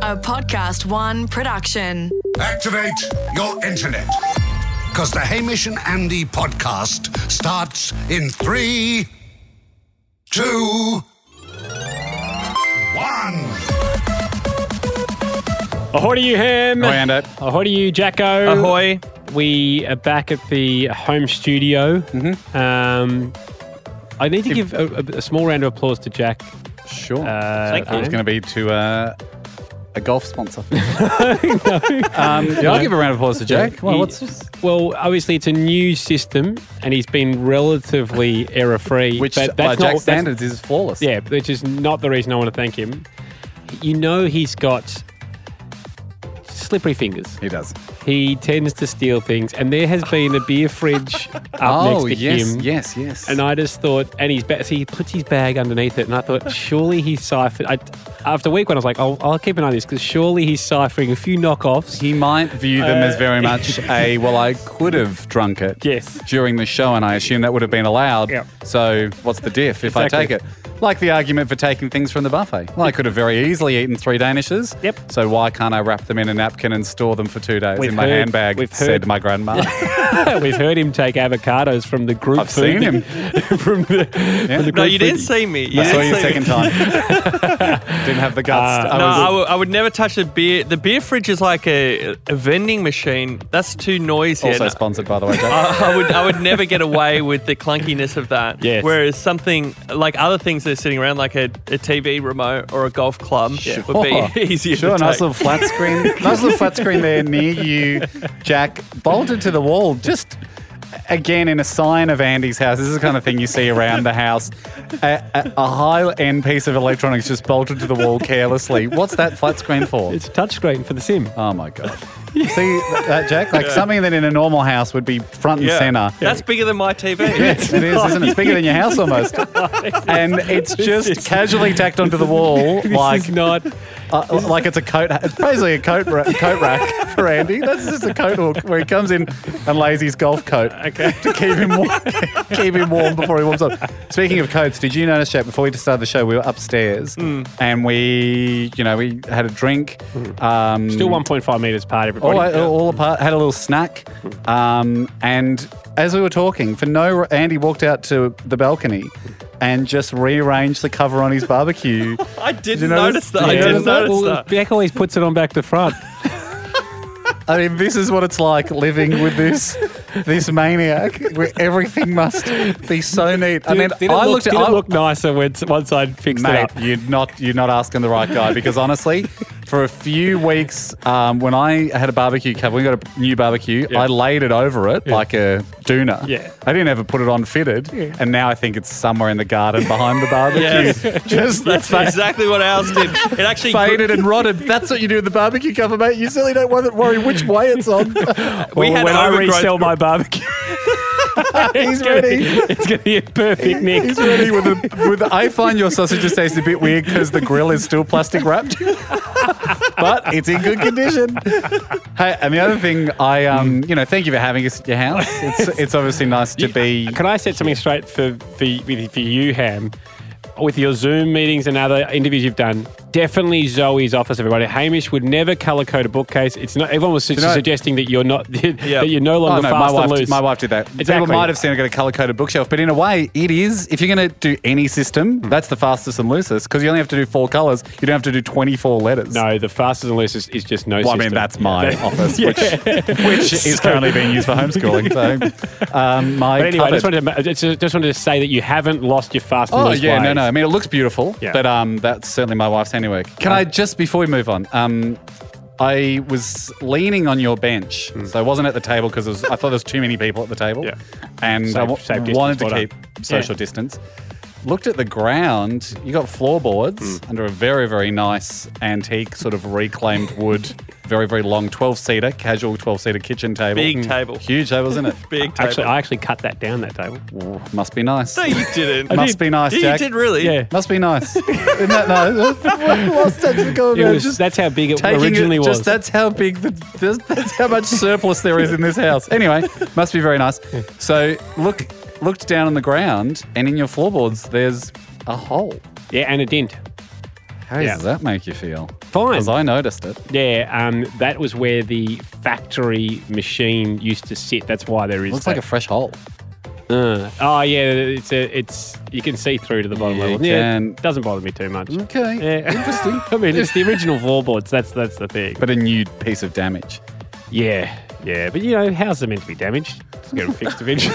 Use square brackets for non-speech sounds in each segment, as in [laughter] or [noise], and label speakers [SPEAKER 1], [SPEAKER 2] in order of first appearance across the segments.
[SPEAKER 1] a Podcast One production.
[SPEAKER 2] Activate your internet. Because the Hamish and Andy podcast starts in three, two, one.
[SPEAKER 3] Ahoy to you, Ham.
[SPEAKER 4] Ahoy, Ando.
[SPEAKER 3] Ahoy to you, Jacko.
[SPEAKER 4] Ahoy.
[SPEAKER 3] We are back at the home studio. Mm-hmm. Um, I need to give a, a- a small round of applause to Jack.
[SPEAKER 4] Sure.
[SPEAKER 3] Uh,
[SPEAKER 4] Thank you. It's going to be to uh, a
[SPEAKER 3] [laughs]
[SPEAKER 4] golf sponsor. um, yeah, I'll give a round of applause to Jack. Well,
[SPEAKER 3] He-
[SPEAKER 4] what's this?
[SPEAKER 3] Well, obviously it's a new system, and he's been
[SPEAKER 4] [laughs]
[SPEAKER 3] relatively error-free.
[SPEAKER 4] Which,
[SPEAKER 3] but
[SPEAKER 4] by
[SPEAKER 3] that's not,
[SPEAKER 4] Jack's
[SPEAKER 3] that's-
[SPEAKER 4] standards, is flawless.
[SPEAKER 3] Yeah, which is not the reason I want to thank him. You know he's got slippery fingers.
[SPEAKER 4] He does.
[SPEAKER 3] He tends to steal things, and there has been a beer
[SPEAKER 4] [laughs]
[SPEAKER 3] fridge up
[SPEAKER 4] oh,
[SPEAKER 3] next to
[SPEAKER 4] yes,
[SPEAKER 3] him.
[SPEAKER 4] yes, yes.
[SPEAKER 3] And I just thought, and he's back. So he puts his bag underneath it, and I thought, surely he's ciphered. I, after week one, I was like, I'll, I'll keep an eye on this because surely he's ciphering a few
[SPEAKER 4] [laughs]
[SPEAKER 3] knockoffs. [laughs]
[SPEAKER 4] he might view them as very much a, well, I could have drunk it
[SPEAKER 3] Uh, Yes.
[SPEAKER 4] during the show, and I assume that would have been allowed.
[SPEAKER 3] Yeah.
[SPEAKER 4] So, what's the diff if I take
[SPEAKER 3] Exactly.
[SPEAKER 4] it? Like the argument for taking things from the buffet. Well, I could have very easily eaten three Danishes.
[SPEAKER 3] Yep.
[SPEAKER 4] So, why can't I wrap them in a napkin and store them for two days
[SPEAKER 3] We've
[SPEAKER 4] in my
[SPEAKER 3] heard-
[SPEAKER 4] handbag,
[SPEAKER 3] we've
[SPEAKER 4] said
[SPEAKER 3] heard- [laughs]
[SPEAKER 4] my grandma.
[SPEAKER 3] We've heard him take avocados from the group.
[SPEAKER 4] I've
[SPEAKER 3] food
[SPEAKER 4] seen him.
[SPEAKER 3] [laughs] from the, from the group.
[SPEAKER 5] No, you didn't
[SPEAKER 3] food.
[SPEAKER 5] see me. You
[SPEAKER 4] I saw
[SPEAKER 5] didn't
[SPEAKER 4] you
[SPEAKER 5] see
[SPEAKER 4] second
[SPEAKER 5] me.
[SPEAKER 4] time. [laughs] Didn't have the guts.
[SPEAKER 3] Uh,
[SPEAKER 4] I
[SPEAKER 5] No,
[SPEAKER 4] was-
[SPEAKER 5] I would- I would never touch a beer. The beer fridge is like a, a vending machine. That's too noisy.
[SPEAKER 4] also
[SPEAKER 5] and
[SPEAKER 4] sponsored, by the way. Jack.
[SPEAKER 5] I, I would I would never get away with the clunkiness of that.
[SPEAKER 3] Yes.
[SPEAKER 5] Whereas something like other things that are sitting around, like a, a TV remote or a golf club, would be [laughs] easier.
[SPEAKER 4] Oh, Sure,
[SPEAKER 5] to
[SPEAKER 4] nice
[SPEAKER 5] take.
[SPEAKER 4] little flat
[SPEAKER 5] [laughs]
[SPEAKER 4] screen. nice little flat screen there near you, Jack. Bolted to the wall. Just again in a sign of Andy's house. This is the kind of thing you see around the house. A, a, a high end piece of electronics just bolted to the wall carelessly. What's that flat screen for?
[SPEAKER 3] It's a touchscreen for the
[SPEAKER 4] [laughs]
[SPEAKER 3] sim.
[SPEAKER 4] oh my god. See that, Jack? Like something that in a normal house would be front and
[SPEAKER 5] Yeah.
[SPEAKER 4] center.
[SPEAKER 5] That's bigger than my
[SPEAKER 4] [laughs]
[SPEAKER 5] TV.
[SPEAKER 4] Yes, it is, isn't it? It's bigger than your house almost. And it's just casually tacked onto the
[SPEAKER 5] [laughs]
[SPEAKER 3] [laughs]
[SPEAKER 4] wall,
[SPEAKER 3] This
[SPEAKER 4] Oh, like
[SPEAKER 3] is not.
[SPEAKER 4] uh, like it's a coat. It's basically a coat ra- coat rack for Andy. That's just a coat hook where he comes in and lays his golf coat [laughs] okay. to keep him warm, [laughs] keep him warm before he warms up. Speaking of coats, did you notice, Jack? Before we just started the show, we were upstairs and we, you know, we had a drink. Um,
[SPEAKER 3] Still 1.5 meters apart, everybody.
[SPEAKER 4] all, all apart, had a little snack. Um, and as we were talking, for no, Andy walked out to the balcony and just rearranged the cover on his barbecue.
[SPEAKER 5] [laughs] I didn't
[SPEAKER 4] you notice-
[SPEAKER 5] notice that. I
[SPEAKER 4] Yeah.
[SPEAKER 5] didn't
[SPEAKER 4] Well,
[SPEAKER 5] notice
[SPEAKER 3] Well,
[SPEAKER 5] that.
[SPEAKER 3] Jack always puts it on back to front.
[SPEAKER 4] I mean, this is what it's like living with this this maniac, where everything must be so neat. I mean,
[SPEAKER 3] did, it
[SPEAKER 4] I
[SPEAKER 3] look,
[SPEAKER 4] looked at
[SPEAKER 3] did it
[SPEAKER 4] I-
[SPEAKER 3] look nicer when, once I'd fixed it
[SPEAKER 4] Mate,
[SPEAKER 3] up?
[SPEAKER 4] you're not you're not asking the right guy because honestly, for a few weeks, um, when I had a barbecue cover, we got a new barbecue. I laid it over it like a doona.
[SPEAKER 3] Yeah.
[SPEAKER 4] I didn't ever put it on fitted, and now I think it's somewhere in the garden behind the
[SPEAKER 3] [laughs]
[SPEAKER 4] barbecue.
[SPEAKER 5] Yes.
[SPEAKER 4] [laughs] Just
[SPEAKER 5] That's
[SPEAKER 4] fa-
[SPEAKER 5] exactly what ours did. It
[SPEAKER 4] [laughs]
[SPEAKER 5] actually
[SPEAKER 4] Faded and rotted. That's what you do with the barbecue cover, mate. You certainly don't want to worry which way it's
[SPEAKER 3] [laughs]
[SPEAKER 4] on.
[SPEAKER 5] We had
[SPEAKER 3] when I
[SPEAKER 5] overgrowth-
[SPEAKER 3] resell
[SPEAKER 4] [laughs]
[SPEAKER 3] my barbecue,
[SPEAKER 4] He's
[SPEAKER 3] gonna be-
[SPEAKER 4] ready.
[SPEAKER 3] it's going to be a perfect nick.
[SPEAKER 4] He's ready with the, with the, I find your sausage just tastes a bit weird because the grill is still plastic wrapped, [laughs] but it's in good condition. Hey, and the other thing, I um, you know, thank you for having us at your house.
[SPEAKER 3] [laughs]
[SPEAKER 4] It's it's obviously nice to be.
[SPEAKER 3] Can I set something straight for for, with- for you, Ham? With your Zoom meetings and other interviews you've done, definitely Zoe's office. Everybody, Hamish would never color code a bookcase. It's not. Everyone was su-
[SPEAKER 4] know-
[SPEAKER 3] suggesting that you're not. [laughs] That you're no
[SPEAKER 4] Oh,
[SPEAKER 3] longer
[SPEAKER 4] no, my
[SPEAKER 3] fast and
[SPEAKER 4] wife,
[SPEAKER 3] loose.
[SPEAKER 4] my wife did that. People
[SPEAKER 3] Exactly.
[SPEAKER 4] might have seen I got a color coded bookshelf, but in a way, it is. If you're going to do any system,
[SPEAKER 3] Hmm.
[SPEAKER 4] that's the fastest and loosest because you only have to do four colors. You don't have to do 24 letters.
[SPEAKER 3] No, the fastest and loosest is just no.
[SPEAKER 4] Well,
[SPEAKER 3] system.
[SPEAKER 4] I mean, that's
[SPEAKER 3] [laughs]
[SPEAKER 4] my
[SPEAKER 3] Yeah.
[SPEAKER 4] office, which,
[SPEAKER 3] [laughs]
[SPEAKER 4] which is currently being used for homeschooling. So, um, my
[SPEAKER 3] But anyway, I
[SPEAKER 4] cupboard-
[SPEAKER 3] just wanted, to, ma- I just, just wanted to say that you haven't lost your fast and
[SPEAKER 4] Oh
[SPEAKER 3] loose
[SPEAKER 4] yeah, no,
[SPEAKER 3] ways.
[SPEAKER 4] no. I mean, it looks beautiful,
[SPEAKER 3] Yeah.
[SPEAKER 4] but um, that's certainly my wife's handiwork. Can
[SPEAKER 5] Um,
[SPEAKER 4] I just before we move on? Um, I was leaning on your bench,
[SPEAKER 5] Hmm.
[SPEAKER 4] so I wasn't at the table because I thought there's too many people at the table,
[SPEAKER 3] Yeah.
[SPEAKER 4] and
[SPEAKER 3] Safe-
[SPEAKER 4] I wa-
[SPEAKER 3] safe distance,
[SPEAKER 4] wanted to
[SPEAKER 3] well
[SPEAKER 4] keep
[SPEAKER 3] done.
[SPEAKER 4] social distance. Looked at the ground. You got floorboards
[SPEAKER 5] Hmm.
[SPEAKER 4] under a very, very nice antique sort of reclaimed
[SPEAKER 5] [laughs]
[SPEAKER 4] wood, very, very long twelve seater, casual twelve seater kitchen table,
[SPEAKER 5] Big table.
[SPEAKER 4] huge table,
[SPEAKER 5] [laughs]
[SPEAKER 4] isn't it?
[SPEAKER 5] Big table.
[SPEAKER 3] Actually, I actually cut that down that table.
[SPEAKER 4] Must be nice.
[SPEAKER 5] no, you didn't.
[SPEAKER 4] Must be nice,
[SPEAKER 5] You
[SPEAKER 4] Jack.
[SPEAKER 5] did really.
[SPEAKER 3] Yeah.
[SPEAKER 4] Must be [laughs] nice. Isn't that nice? Last text
[SPEAKER 3] It was, that's how big it originally
[SPEAKER 4] it,
[SPEAKER 3] was.
[SPEAKER 4] Just, that's how big the that's, that's how much surplus there is in this house. Anyway, must be very nice. So look looked down on the ground and in your floorboards there's a hole.
[SPEAKER 3] yeah, and a dent.
[SPEAKER 4] How
[SPEAKER 3] Yeah.
[SPEAKER 4] does that make you feel?
[SPEAKER 3] Fine.
[SPEAKER 4] Because I noticed it.
[SPEAKER 3] Yeah, um, that was where the factory machine used to sit. That's why there is.
[SPEAKER 4] Looks
[SPEAKER 3] that.
[SPEAKER 4] like a fresh hole.
[SPEAKER 3] Uh, oh yeah, it's a, it's you can see through to the bottom
[SPEAKER 4] Yeah,
[SPEAKER 3] level.
[SPEAKER 4] you
[SPEAKER 3] Yeah,
[SPEAKER 4] can.
[SPEAKER 3] it doesn't bother me too much.
[SPEAKER 4] Okay.
[SPEAKER 3] Yeah.
[SPEAKER 4] Interesting.
[SPEAKER 3] [laughs] I mean, it's the original floorboards. That's that's the thing. But
[SPEAKER 4] But a new piece of damage.
[SPEAKER 3] yeah, yeah. But you know, how's it meant to be damaged? It's getting fixed
[SPEAKER 4] [laughs]
[SPEAKER 3] eventually.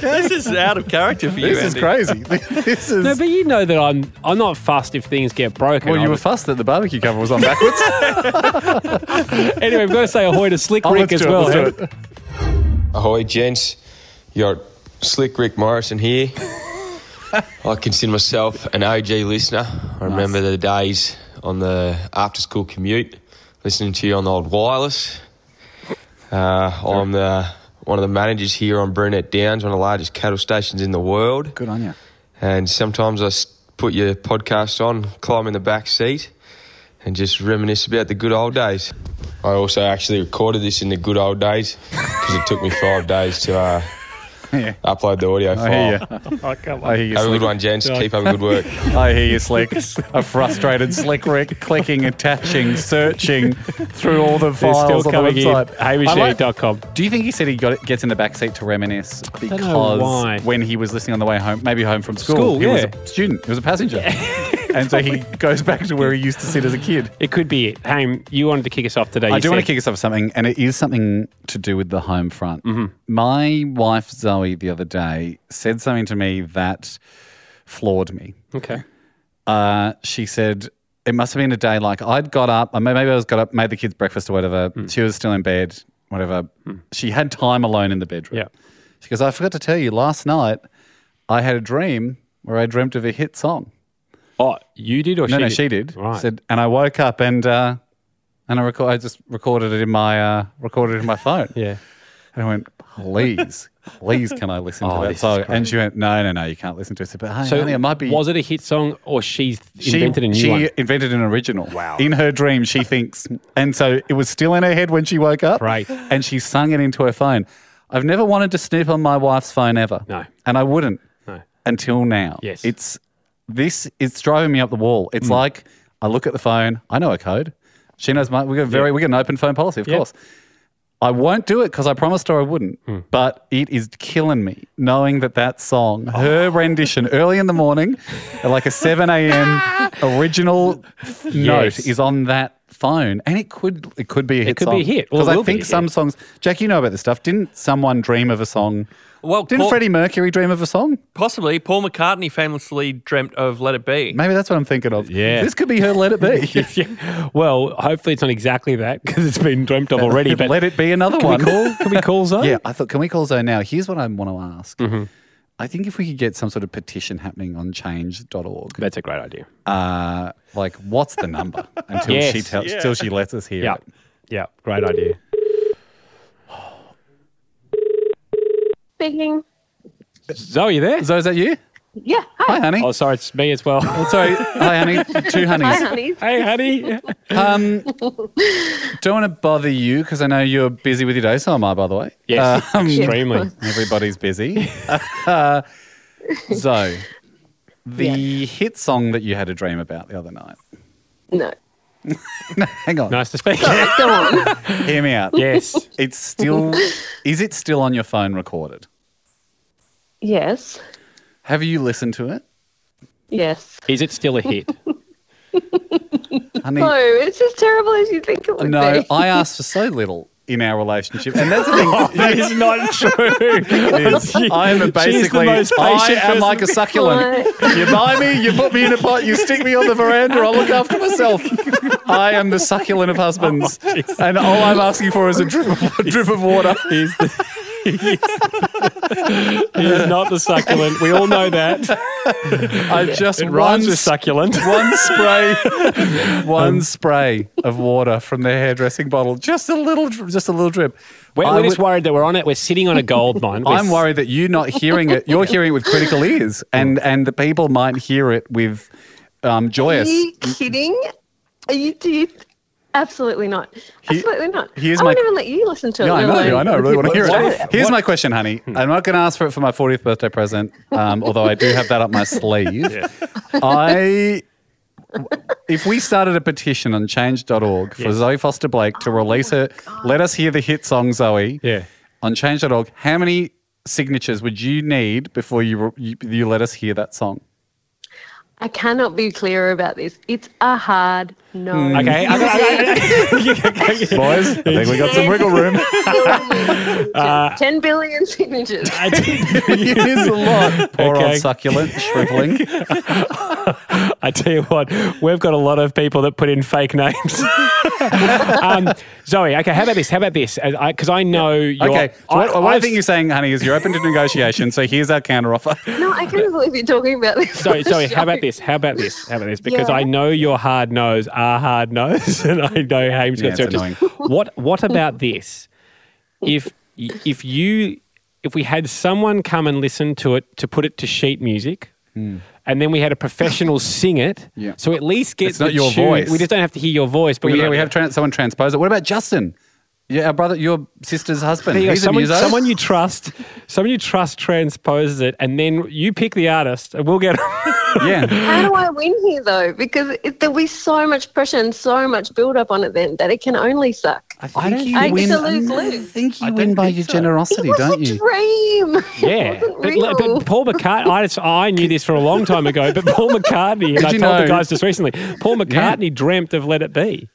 [SPEAKER 5] This is out of character for you.
[SPEAKER 4] This is
[SPEAKER 5] Andy.
[SPEAKER 4] crazy.
[SPEAKER 3] [laughs]
[SPEAKER 4] this is.
[SPEAKER 3] no, but you know that I'm I'm not fussed if things get broken.
[SPEAKER 4] well,
[SPEAKER 3] I
[SPEAKER 4] you were
[SPEAKER 3] would-
[SPEAKER 4] fussed that the barbecue
[SPEAKER 3] [laughs]
[SPEAKER 4] cover was on backwards.
[SPEAKER 3] anyway, we've got to say
[SPEAKER 4] [laughs]
[SPEAKER 3] ahoy to Slick
[SPEAKER 4] Oh,
[SPEAKER 3] Rick as
[SPEAKER 4] let's do it,
[SPEAKER 3] well.
[SPEAKER 4] let's do
[SPEAKER 3] eh? [laughs]
[SPEAKER 4] it.
[SPEAKER 6] Ahoy, gents. Your Slick Rick Morrison here. I consider myself an OG listener. I remember the days on the after school commute, listening to you on the old wireless. Uh, I'm the, one of the managers here on Brunette Downs, one of the largest cattle stations in the world.
[SPEAKER 4] Good on you.
[SPEAKER 6] And sometimes I s- put your podcast on, climb in the back seat, and just reminisce about the good old days. I also actually recorded this in the good old days because it took me five days to uh,
[SPEAKER 4] [laughs] Yeah.
[SPEAKER 6] upload the audio
[SPEAKER 4] I
[SPEAKER 6] file.
[SPEAKER 4] hear you.
[SPEAKER 3] Oh, come on.
[SPEAKER 4] I hear you.
[SPEAKER 6] Have a
[SPEAKER 4] Slick.
[SPEAKER 6] good one, gents. Keep up the
[SPEAKER 4] [laughs]
[SPEAKER 6] good work.
[SPEAKER 4] I hear you, Slick. A frustrated Slick Rick clicking, attaching, searching through all the
[SPEAKER 3] They're
[SPEAKER 4] files
[SPEAKER 3] still
[SPEAKER 4] on the
[SPEAKER 3] coming in.
[SPEAKER 4] website. I like-
[SPEAKER 3] HamishEat.com.
[SPEAKER 4] Do you think he said he got gets in the back seat to reminisce
[SPEAKER 3] know why.
[SPEAKER 4] because when he was listening on the way home, maybe home from school,
[SPEAKER 3] School,
[SPEAKER 4] he
[SPEAKER 3] yeah.
[SPEAKER 4] was a student, he was a passenger, and
[SPEAKER 3] [laughs]
[SPEAKER 4] so he goes back to where he used to sit as a kid.
[SPEAKER 3] It could be it. Ham, you wanted to kick us off today.
[SPEAKER 4] I
[SPEAKER 3] you
[SPEAKER 4] do want to
[SPEAKER 3] said.
[SPEAKER 4] kick us off with something, and it is something to do with the home front.
[SPEAKER 3] Mm-hmm.
[SPEAKER 4] My wife Zoe the other day said something to me that floored me.
[SPEAKER 3] Okay.
[SPEAKER 4] uh, she said it must have been a day like I'd got up, I may- maybe I was got up, made the kids breakfast or whatever.
[SPEAKER 3] Hmm.
[SPEAKER 4] She was still in bed, whatever. She had time alone in the bedroom.
[SPEAKER 3] Yeah.
[SPEAKER 4] She goes, I forgot to tell you, last night I had a dream where I dreamt of a hit song.
[SPEAKER 3] Oh, you did or
[SPEAKER 4] No,
[SPEAKER 3] she
[SPEAKER 4] no,
[SPEAKER 3] did?
[SPEAKER 4] she did.
[SPEAKER 3] Right.
[SPEAKER 4] She said, and I woke up and uh, and I record, I just recorded it in my uh, recorded it in my phone.
[SPEAKER 3] yeah.
[SPEAKER 4] And I went, please, please, can I listen
[SPEAKER 3] [laughs] Oh, this
[SPEAKER 4] to that
[SPEAKER 3] is
[SPEAKER 4] song?
[SPEAKER 3] great.
[SPEAKER 4] And she went, no, no, no, you can't listen to it. I said, but hey,
[SPEAKER 3] So
[SPEAKER 4] honey, it might be.
[SPEAKER 3] Was it a hit song or she's invented a new
[SPEAKER 4] she
[SPEAKER 3] one? [laughs]
[SPEAKER 4] invented an original. Wow. In her dream, she thinks. And so it was still in her head when she woke up.
[SPEAKER 3] Right.
[SPEAKER 4] And she sung it into her phone. I've never wanted to snoop on my wife's phone ever.
[SPEAKER 3] No.
[SPEAKER 4] And I wouldn't.
[SPEAKER 3] No.
[SPEAKER 4] Until now.
[SPEAKER 3] Yes. Mm.
[SPEAKER 4] It's this it's driving me up the wall. It's like I look at the phone, I know a code. She knows my we got very we got an open phone policy, of
[SPEAKER 3] Yeah.
[SPEAKER 4] course. I won't do it because I promised her I wouldn't.
[SPEAKER 3] Hmm.
[SPEAKER 4] But it is killing me knowing that that song,
[SPEAKER 3] Oh.
[SPEAKER 4] her rendition early in the morning, at like a
[SPEAKER 3] [laughs]
[SPEAKER 4] 7 a.m. original note, is on that phone. And it could it could be a hit
[SPEAKER 3] could be
[SPEAKER 4] song.
[SPEAKER 3] a hit, or it
[SPEAKER 4] Because
[SPEAKER 3] will
[SPEAKER 4] I
[SPEAKER 3] be a
[SPEAKER 4] think
[SPEAKER 3] hit.
[SPEAKER 4] some songs, Jack, you know about this stuff. Didn't someone dream of a song?
[SPEAKER 5] Well,
[SPEAKER 4] Didn't
[SPEAKER 5] Paul-
[SPEAKER 4] Freddie Mercury dream of a song?
[SPEAKER 5] Possibly. Paul McCartney famously dreamt of Let It Be.
[SPEAKER 4] Maybe that's what I'm thinking of.
[SPEAKER 3] Yeah.
[SPEAKER 4] This could be her Let It Be.
[SPEAKER 3] [laughs] yeah. Well, hopefully it's not exactly that because it's been dreamt of
[SPEAKER 4] [laughs]
[SPEAKER 3] already. But
[SPEAKER 4] Let It Be another
[SPEAKER 3] can we
[SPEAKER 4] one.
[SPEAKER 3] call? Can
[SPEAKER 4] [laughs]
[SPEAKER 3] we call Zoe?
[SPEAKER 4] Yeah, I thought, can we call Zoe now? Here's what I want to ask.
[SPEAKER 3] Mm-hmm.
[SPEAKER 4] I think if we could get some sort of petition happening on change.org,
[SPEAKER 3] that's a great idea.
[SPEAKER 4] uh, like what's
[SPEAKER 3] [laughs]
[SPEAKER 4] the number until
[SPEAKER 3] Yes.
[SPEAKER 4] she tells, till she lets us hear
[SPEAKER 3] Yeah,
[SPEAKER 4] it?
[SPEAKER 3] yeah, great idea.
[SPEAKER 7] Speaking.
[SPEAKER 3] Zoe, you there?
[SPEAKER 4] Zoe, is that you?
[SPEAKER 7] Yeah.
[SPEAKER 4] Hi,
[SPEAKER 7] Hi.
[SPEAKER 4] honey. Oh,
[SPEAKER 3] Oh, sorry, it's me as [laughs] well.
[SPEAKER 4] Sorry. Hi, honey. Two
[SPEAKER 7] Hi,
[SPEAKER 4] honeys.
[SPEAKER 7] honeys.
[SPEAKER 3] hey, honey.
[SPEAKER 7] [laughs]
[SPEAKER 4] Um, don't want to bother you because I know you're busy with your day, so am I, by the way.
[SPEAKER 3] Yes,
[SPEAKER 4] Um,
[SPEAKER 3] extremely. [laughs]
[SPEAKER 4] Everybody's busy. so, the hit song that you had a dream about the other night.
[SPEAKER 7] No.
[SPEAKER 4] Hang on.
[SPEAKER 3] Nice to [laughs] speak.
[SPEAKER 7] Go on.
[SPEAKER 4] Hear me out.
[SPEAKER 3] yes.
[SPEAKER 4] It's still, is it still on your phone recorded?
[SPEAKER 7] yes.
[SPEAKER 4] Have you listened to it?
[SPEAKER 7] Yes.
[SPEAKER 3] Is it still a hit?
[SPEAKER 4] Honey,
[SPEAKER 7] No, it's as terrible as you think it would
[SPEAKER 4] no,
[SPEAKER 7] be.
[SPEAKER 4] I asked for so little in our relationship. And that's the
[SPEAKER 3] [laughs] Oh,
[SPEAKER 4] thing. that is
[SPEAKER 3] not true.
[SPEAKER 4] I am basically,
[SPEAKER 3] most
[SPEAKER 4] I
[SPEAKER 3] patient
[SPEAKER 4] am like a succulent. You buy me, you put me in a pot, you stick me on the veranda, I'll look after myself. I am the succulent of husbands.
[SPEAKER 3] Oh,
[SPEAKER 4] and all I'm asking for is a drip of, a drip of water.
[SPEAKER 3] He's the, he is not the succulent. We all know that.
[SPEAKER 4] I just
[SPEAKER 3] It
[SPEAKER 4] one,
[SPEAKER 3] rhymes with succulent.
[SPEAKER 4] one spray, one spray of water from their hairdressing bottle. Just a little, dr- just a little drip.
[SPEAKER 3] We're,
[SPEAKER 4] I
[SPEAKER 3] we're just
[SPEAKER 4] would-
[SPEAKER 3] worried that we're on it. We're sitting on a gold mine. We're
[SPEAKER 4] I'm worried that you're not hearing it. You're hearing it with critical ears, and and the people might hear it with um,
[SPEAKER 7] Are
[SPEAKER 4] joyous.
[SPEAKER 7] you kidding? Are you? Do you? Absolutely not. Absolutely not.
[SPEAKER 4] here's
[SPEAKER 7] I
[SPEAKER 4] my-
[SPEAKER 7] won't even let you listen to it.
[SPEAKER 4] Yeah, I
[SPEAKER 7] let
[SPEAKER 4] know.
[SPEAKER 7] alone
[SPEAKER 4] I know. I
[SPEAKER 7] the
[SPEAKER 4] really want to hear
[SPEAKER 7] people who
[SPEAKER 4] it. Here's my question, honey.
[SPEAKER 3] Hmm.
[SPEAKER 4] I'm not going to ask for it for my
[SPEAKER 3] [laughs]
[SPEAKER 4] 40th birthday present, um, although I do have that up my sleeve. I if we started a petition on change.org for Zoe Foster Blake to release her, let us hear the hit song Zoe
[SPEAKER 3] Yeah.
[SPEAKER 4] on change.org, how many signatures would you need before you, re- you, you let us hear
[SPEAKER 3] [laughs]
[SPEAKER 4] that song?
[SPEAKER 7] I cannot be clearer about this. It's a hard no.
[SPEAKER 4] Hmm.
[SPEAKER 3] Okay. I-
[SPEAKER 7] [laughs]
[SPEAKER 3] I- I-
[SPEAKER 4] Boys, I think we got some
[SPEAKER 3] [laughs]
[SPEAKER 4] wiggle room. [laughs] Uh,
[SPEAKER 7] 10 billion signatures.
[SPEAKER 3] I- I-
[SPEAKER 4] it is a lot. Poor
[SPEAKER 3] Okay.
[SPEAKER 4] old succulent shriveling.
[SPEAKER 3] I tell you what, we've got a lot of people that put in fake names. [laughs] um, Zoe, okay, how about this? How about this? Because I, know you're.
[SPEAKER 4] Okay. So what,
[SPEAKER 3] I-
[SPEAKER 4] what I
[SPEAKER 3] I've-
[SPEAKER 4] think you're saying, honey, is you're open to negotiation. So here's our counteroffer.
[SPEAKER 7] no, I can't believe you're talking about this.
[SPEAKER 3] Sorry,
[SPEAKER 7] on the
[SPEAKER 3] sorry. How
[SPEAKER 7] [laughs] show.
[SPEAKER 3] about this? How about this? How about this? Because
[SPEAKER 7] Yeah.
[SPEAKER 3] I know your hard nose are hard nose, [laughs] and I know Hames
[SPEAKER 4] Yeah,
[SPEAKER 3] gets
[SPEAKER 4] it's
[SPEAKER 3] annoying. What What about this? If if you if we had someone come and listen to it to put it to sheet music. And then we had a professional sing it,
[SPEAKER 4] Hmm. Yeah.
[SPEAKER 3] so at least get
[SPEAKER 4] It's not
[SPEAKER 3] the
[SPEAKER 4] your
[SPEAKER 3] tune-
[SPEAKER 4] voice.
[SPEAKER 3] We just don't have to hear your voice, but
[SPEAKER 4] But
[SPEAKER 3] we,
[SPEAKER 4] yeah, we have trans- someone transpose it. What about Justin? Yeah, our brother, your sister's husband.
[SPEAKER 3] There you go.
[SPEAKER 4] He's
[SPEAKER 3] uh, someone,
[SPEAKER 4] a muso.
[SPEAKER 3] someone you trust, someone you trust transposes it, and then you pick the artist, and we'll get.
[SPEAKER 7] [laughs]
[SPEAKER 4] yeah.
[SPEAKER 7] How do I win here, though? Because it, there'll be so much pressure and so much build up on it then that it can only suck.
[SPEAKER 4] I think
[SPEAKER 7] I get to lose, lose.
[SPEAKER 4] think you win by your generosity,
[SPEAKER 7] it was a dream.
[SPEAKER 3] Yeah,
[SPEAKER 7] it wasn't
[SPEAKER 3] but,
[SPEAKER 7] real.
[SPEAKER 3] le- but Paul McCartney. I, just, I knew this for a long time ago, but
[SPEAKER 4] [laughs]
[SPEAKER 3] Paul McCartney. and I
[SPEAKER 4] you
[SPEAKER 3] told the
[SPEAKER 4] know?
[SPEAKER 3] guys just recently. Paul McCartney dreamt of "Let It Be."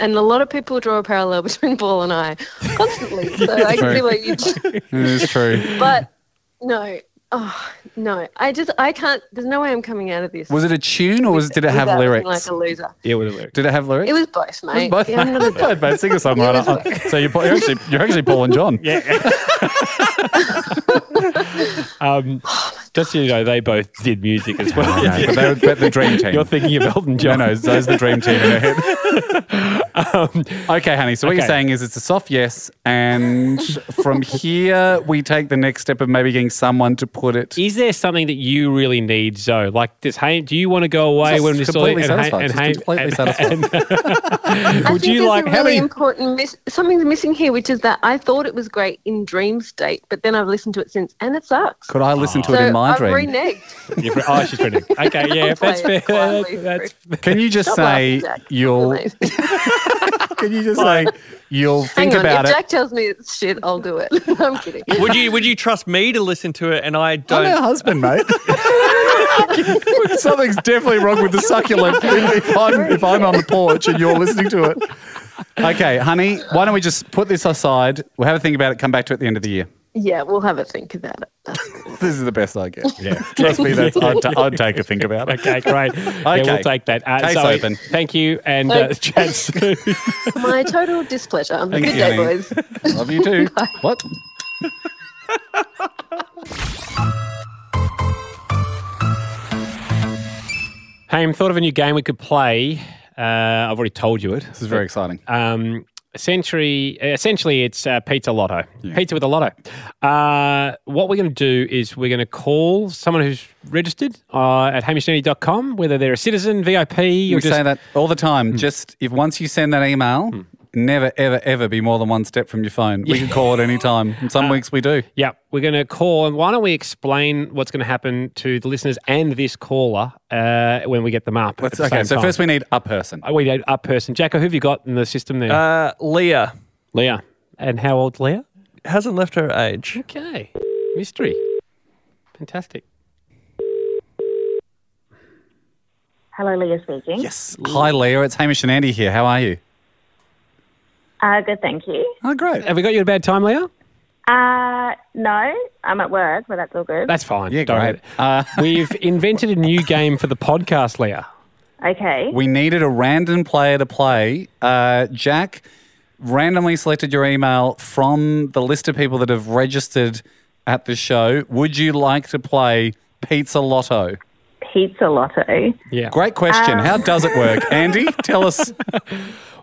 [SPEAKER 7] and a lot of people draw a parallel between Paul and I constantly. So
[SPEAKER 4] [laughs]
[SPEAKER 7] I can see why you.
[SPEAKER 4] It's true.
[SPEAKER 7] But no, oh no, I just I can't. There's no way I'm coming out of this.
[SPEAKER 4] Was it a tune or was did it have
[SPEAKER 7] without looking
[SPEAKER 4] lyrics?
[SPEAKER 7] Like a loser.
[SPEAKER 3] Yeah, with a lyric.
[SPEAKER 4] did it have lyrics?
[SPEAKER 7] It was both, mate.
[SPEAKER 4] It was both.
[SPEAKER 7] Yeah, I'm not a-
[SPEAKER 4] [laughs] both, both singer songwriter. so you're, Paul- you're actually you're actually Paul and John. [laughs] Yeah.
[SPEAKER 3] Um,
[SPEAKER 4] Oh
[SPEAKER 3] just so you know, they both did music as
[SPEAKER 4] [laughs]
[SPEAKER 3] well. [laughs]
[SPEAKER 4] but they're, but the dream team.
[SPEAKER 3] You're thinking of Elton
[SPEAKER 4] No,
[SPEAKER 3] John.
[SPEAKER 4] no, Zoe's the dream team in her head. okay, honey. So what you're
[SPEAKER 3] okay.
[SPEAKER 4] saying is it's a soft yes, and from here we take the next step of maybe getting someone to put it.
[SPEAKER 3] Is there something that you really need, Zoe? Like, does Hay- do you want to go away
[SPEAKER 4] Just
[SPEAKER 3] when this all
[SPEAKER 4] completely
[SPEAKER 3] and, Hay- and,
[SPEAKER 4] satisfied. Just
[SPEAKER 3] Hay-
[SPEAKER 4] completely
[SPEAKER 3] and-
[SPEAKER 4] satisfied.
[SPEAKER 3] and-
[SPEAKER 7] [laughs] I
[SPEAKER 3] would
[SPEAKER 7] think
[SPEAKER 3] you
[SPEAKER 7] there's
[SPEAKER 3] like
[SPEAKER 7] a
[SPEAKER 3] how
[SPEAKER 7] really
[SPEAKER 3] many?
[SPEAKER 7] important miss, something's missing here, which is that I thought it was great in dream state, but then I've listened to it since, and it sucks.
[SPEAKER 4] Could I listen to
[SPEAKER 7] so
[SPEAKER 4] it in my
[SPEAKER 7] I've
[SPEAKER 4] dream?
[SPEAKER 7] reneged.
[SPEAKER 3] [laughs] Yeah, for- oh, she's printing. Okay, yeah,
[SPEAKER 7] [laughs] I'll
[SPEAKER 3] that's
[SPEAKER 7] play
[SPEAKER 3] fair.
[SPEAKER 7] it quietly
[SPEAKER 3] That's,
[SPEAKER 4] Can you just
[SPEAKER 7] Stop
[SPEAKER 4] say
[SPEAKER 7] laughing, Jack. Stop
[SPEAKER 4] you'll? [laughs]
[SPEAKER 7] laughing.
[SPEAKER 4] Can you just say you'll think
[SPEAKER 7] Hang on,
[SPEAKER 4] about
[SPEAKER 7] if
[SPEAKER 4] it?
[SPEAKER 7] Jack tells me it's shit, I'll do it. [laughs] I'm kidding.
[SPEAKER 5] [laughs] Would you Would you trust me to listen to it? And I
[SPEAKER 4] I'm
[SPEAKER 5] don't.
[SPEAKER 4] her husband, mate. [laughs] Something's definitely wrong with the
[SPEAKER 7] [laughs]
[SPEAKER 4] succulent if if I'm, if I'm on the porch and you're listening to it. Okay, honey, why don't we just put this aside? We'll have a think about it, come back to it at the end of the year.
[SPEAKER 7] Yeah, we'll have a think about it. That's all.
[SPEAKER 4] This is the best I get.
[SPEAKER 3] yeah.
[SPEAKER 4] Trust me, that's, I'd, ta-
[SPEAKER 3] [laughs]
[SPEAKER 4] I'd take a think about it.
[SPEAKER 3] Okay, great. Yeah, we'll
[SPEAKER 4] Okay.
[SPEAKER 3] take that. Uh,
[SPEAKER 4] Case
[SPEAKER 3] Zoe,
[SPEAKER 4] open.
[SPEAKER 3] Thank you, and uh,
[SPEAKER 7] Thanks.
[SPEAKER 3] chat
[SPEAKER 4] [laughs]
[SPEAKER 3] soon.
[SPEAKER 7] My total displeasure. Good
[SPEAKER 4] you,
[SPEAKER 7] day,
[SPEAKER 4] Annie.
[SPEAKER 7] boys.
[SPEAKER 4] Love you too. What?
[SPEAKER 3] Haim, thought of a new game we could play. Uh, I've already told you it.
[SPEAKER 4] This is very exciting.
[SPEAKER 3] Um, essentially, essentially, it's uh, pizza lotto. Pizza with a lotto. Uh, what we're going to do is we're going to call someone who's registered uh, at hamishnanny.com, whether they're a citizen, VIP,
[SPEAKER 4] You
[SPEAKER 3] or just
[SPEAKER 4] say that all the time. Just if once you send that email, never, ever, ever be more than one step from your phone. We can call at any time. And some weeks we do.
[SPEAKER 3] Yeah, we're going to call, and why don't we explain what's going to happen to the listeners and this caller uh, when we get them up?
[SPEAKER 4] Let's, okay, Oh, so first we need a person.
[SPEAKER 3] we need up person. Jacko, who have you got in the system there?
[SPEAKER 5] Uh, Leah
[SPEAKER 3] Leah. And how old's Leah?
[SPEAKER 5] hasn't left her age.
[SPEAKER 4] [laughs]
[SPEAKER 3] Okay, mystery. Fantastic.
[SPEAKER 8] Hello, Leah speaking.
[SPEAKER 4] Yes. Hi, Leah. It's Hamish and Andy here. How are you?
[SPEAKER 8] Uh, good, thank you.
[SPEAKER 4] Oh, great.
[SPEAKER 3] Have we got you at a bad time, Leah?
[SPEAKER 8] Uh, no, I'm at work, but that's all good.
[SPEAKER 3] That's fine.
[SPEAKER 4] Yeah,
[SPEAKER 3] Don't
[SPEAKER 4] great.
[SPEAKER 3] worry.
[SPEAKER 4] Uh,
[SPEAKER 3] We've invented a new game for the podcast, Leah.
[SPEAKER 8] okay.
[SPEAKER 4] We needed a random player to play. Uh, Jack randomly selected your email from the list of people that have registered at the show. Would you like to play Pizza Lotto?
[SPEAKER 8] Pizza Lotto.
[SPEAKER 3] Yeah.
[SPEAKER 4] Great question. How does it work? Andy, tell us.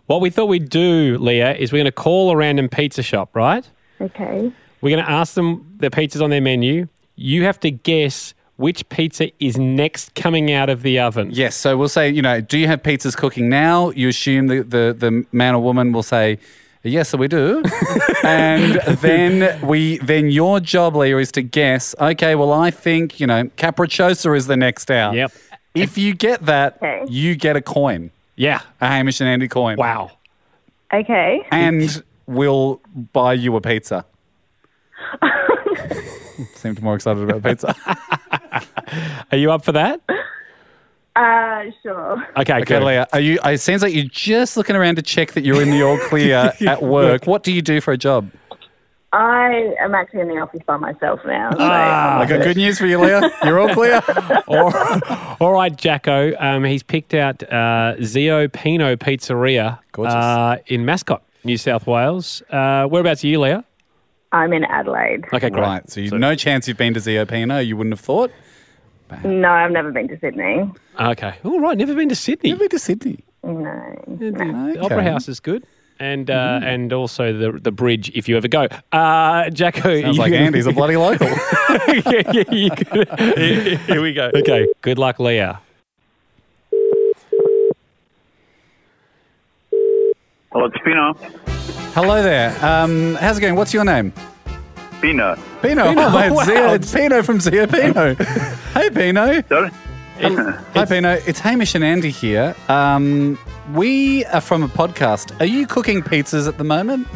[SPEAKER 3] What we thought we'd do, Leah, is we're going to call a random pizza shop, right?
[SPEAKER 8] Okay.
[SPEAKER 3] We're going to ask them the pizzas on their menu. You have to guess which pizza is next coming out of the oven.
[SPEAKER 4] Yes, so we'll say, you know, do you have pizzas cooking now? You assume the, the, the man or woman will say, yes, so we do. and then we then your job, Leah, is to guess, okay, well, I think, you know, capricciosa is the next out.
[SPEAKER 3] Yep.
[SPEAKER 4] If you get that,
[SPEAKER 8] Okay.
[SPEAKER 4] you get a coin,
[SPEAKER 3] Yeah.
[SPEAKER 4] a Hamish and Andy coin.
[SPEAKER 3] Wow.
[SPEAKER 8] Okay.
[SPEAKER 4] And we'll buy you a pizza. Seemed more excited about [laughs] pizza.
[SPEAKER 3] Are you up for that?
[SPEAKER 8] Uh, sure.
[SPEAKER 3] Okay,
[SPEAKER 4] Okay,
[SPEAKER 3] good.
[SPEAKER 4] Leah, are you? It seems like you're just looking around to check that you're in the all [laughs] clear at work. What do you do for a job?
[SPEAKER 8] I am actually in the office by myself now. So
[SPEAKER 4] I got good news for you, Leah. You're all [laughs] clear.
[SPEAKER 3] All- all right, Jacko. Um, he's picked out uh, Zio Pino Pizzeria
[SPEAKER 4] Gorgeous.
[SPEAKER 3] Uh, in Mascot, New South Wales. Uh, whereabouts are you, Leah?
[SPEAKER 8] I'm in Adelaide.
[SPEAKER 4] Ah.
[SPEAKER 3] Okay, great.
[SPEAKER 4] Right. So, you, no chance you've been to Zio Pino. You wouldn't have thought.
[SPEAKER 8] No, I've never been to Sydney.
[SPEAKER 3] Okay. All right. Never been to Sydney.
[SPEAKER 4] been to Sydney.
[SPEAKER 8] No.
[SPEAKER 3] The Opera
[SPEAKER 4] Okay. Mm-hmm.
[SPEAKER 3] House is good. And uh, and also the the bridge if you ever go. Uh, Jacko,
[SPEAKER 4] Sounds
[SPEAKER 3] you
[SPEAKER 4] like
[SPEAKER 3] gonna-
[SPEAKER 4] Andy's a bloody local.
[SPEAKER 3] [laughs]
[SPEAKER 4] [laughs]
[SPEAKER 3] Yeah, yeah, you could-
[SPEAKER 5] [laughs] Here we go.
[SPEAKER 3] okay. Good luck, Leah.
[SPEAKER 9] Well, it's Pino.
[SPEAKER 4] Hello there. Um, how's it going? What's your name?
[SPEAKER 9] Pino.
[SPEAKER 4] Pino.
[SPEAKER 3] Pino,
[SPEAKER 4] [laughs] Oh, mate,
[SPEAKER 3] wow.
[SPEAKER 4] Zio, it's Pino from Zio [laughs] Pino. hey, Pino.
[SPEAKER 9] Sorry?
[SPEAKER 4] Hi, Pino. It's Hamish and Andy here. Um, we are from a podcast. Are you cooking pizzas at
[SPEAKER 9] [laughs]
[SPEAKER 4] the moment?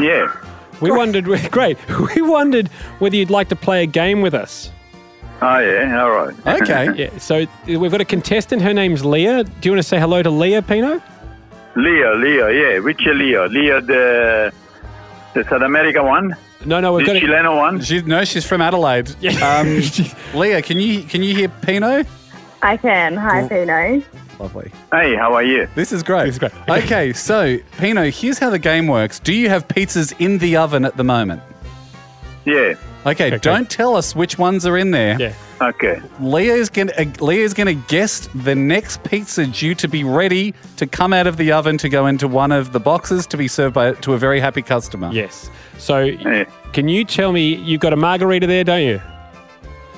[SPEAKER 9] yeah.
[SPEAKER 3] We wondered. [laughs] Great. We wondered whether you'd like to play a game with us.
[SPEAKER 9] Oh, yeah. All right.
[SPEAKER 4] Okay.
[SPEAKER 3] Yeah, so we've got a contestant. Her name's Leah. Do you want to say hello to Leah Pino?
[SPEAKER 9] Leo, Leo, yeah. Which Leo? Leo, the, the South America one?
[SPEAKER 3] No, no, we've
[SPEAKER 9] the
[SPEAKER 3] got a,
[SPEAKER 9] Chileno one?
[SPEAKER 4] She, no, she's from [laughs] Adelaide.
[SPEAKER 3] [laughs]
[SPEAKER 4] Um, Leah, can you can you hear Pino?
[SPEAKER 8] I can. Hi, Pino.
[SPEAKER 4] Lovely.
[SPEAKER 9] Hey, how are you?
[SPEAKER 4] This is great. This is great. [laughs] Okay. so Pino, here's how the game works. Do you have pizzas in the oven at the moment?
[SPEAKER 9] Yeah.
[SPEAKER 4] Okay, don't tell us which ones are in there.
[SPEAKER 3] Yeah.
[SPEAKER 9] Okay.
[SPEAKER 4] Leah is gonna uh, Leah is gonna guess the next pizza due to be ready to come out of the oven to go into one of the boxes to be served by to a very happy customer.
[SPEAKER 3] yes. So
[SPEAKER 9] Yeah.
[SPEAKER 3] can you tell me you've got a margarita there, don't you?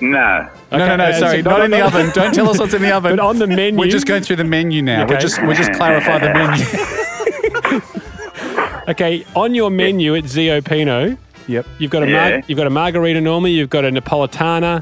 [SPEAKER 9] No.
[SPEAKER 4] No,
[SPEAKER 3] Okay,
[SPEAKER 4] no, no.
[SPEAKER 3] uh,
[SPEAKER 4] Sorry,
[SPEAKER 3] so-
[SPEAKER 4] not
[SPEAKER 3] no,
[SPEAKER 4] in
[SPEAKER 3] no,
[SPEAKER 4] the
[SPEAKER 3] [laughs] no.
[SPEAKER 4] oven. Don't tell us what's in the
[SPEAKER 3] [laughs]
[SPEAKER 4] oven.
[SPEAKER 3] But on the menu,
[SPEAKER 4] We're just going through the menu now. We're
[SPEAKER 3] Okay.
[SPEAKER 4] just we're just clarify
[SPEAKER 3] [laughs]
[SPEAKER 4] the menu.
[SPEAKER 3] okay on your menu at Zio Pino,
[SPEAKER 4] yep.
[SPEAKER 3] you've got a
[SPEAKER 9] Yeah.
[SPEAKER 3] mar- you've got a margarita normally. You've got a Napolitana,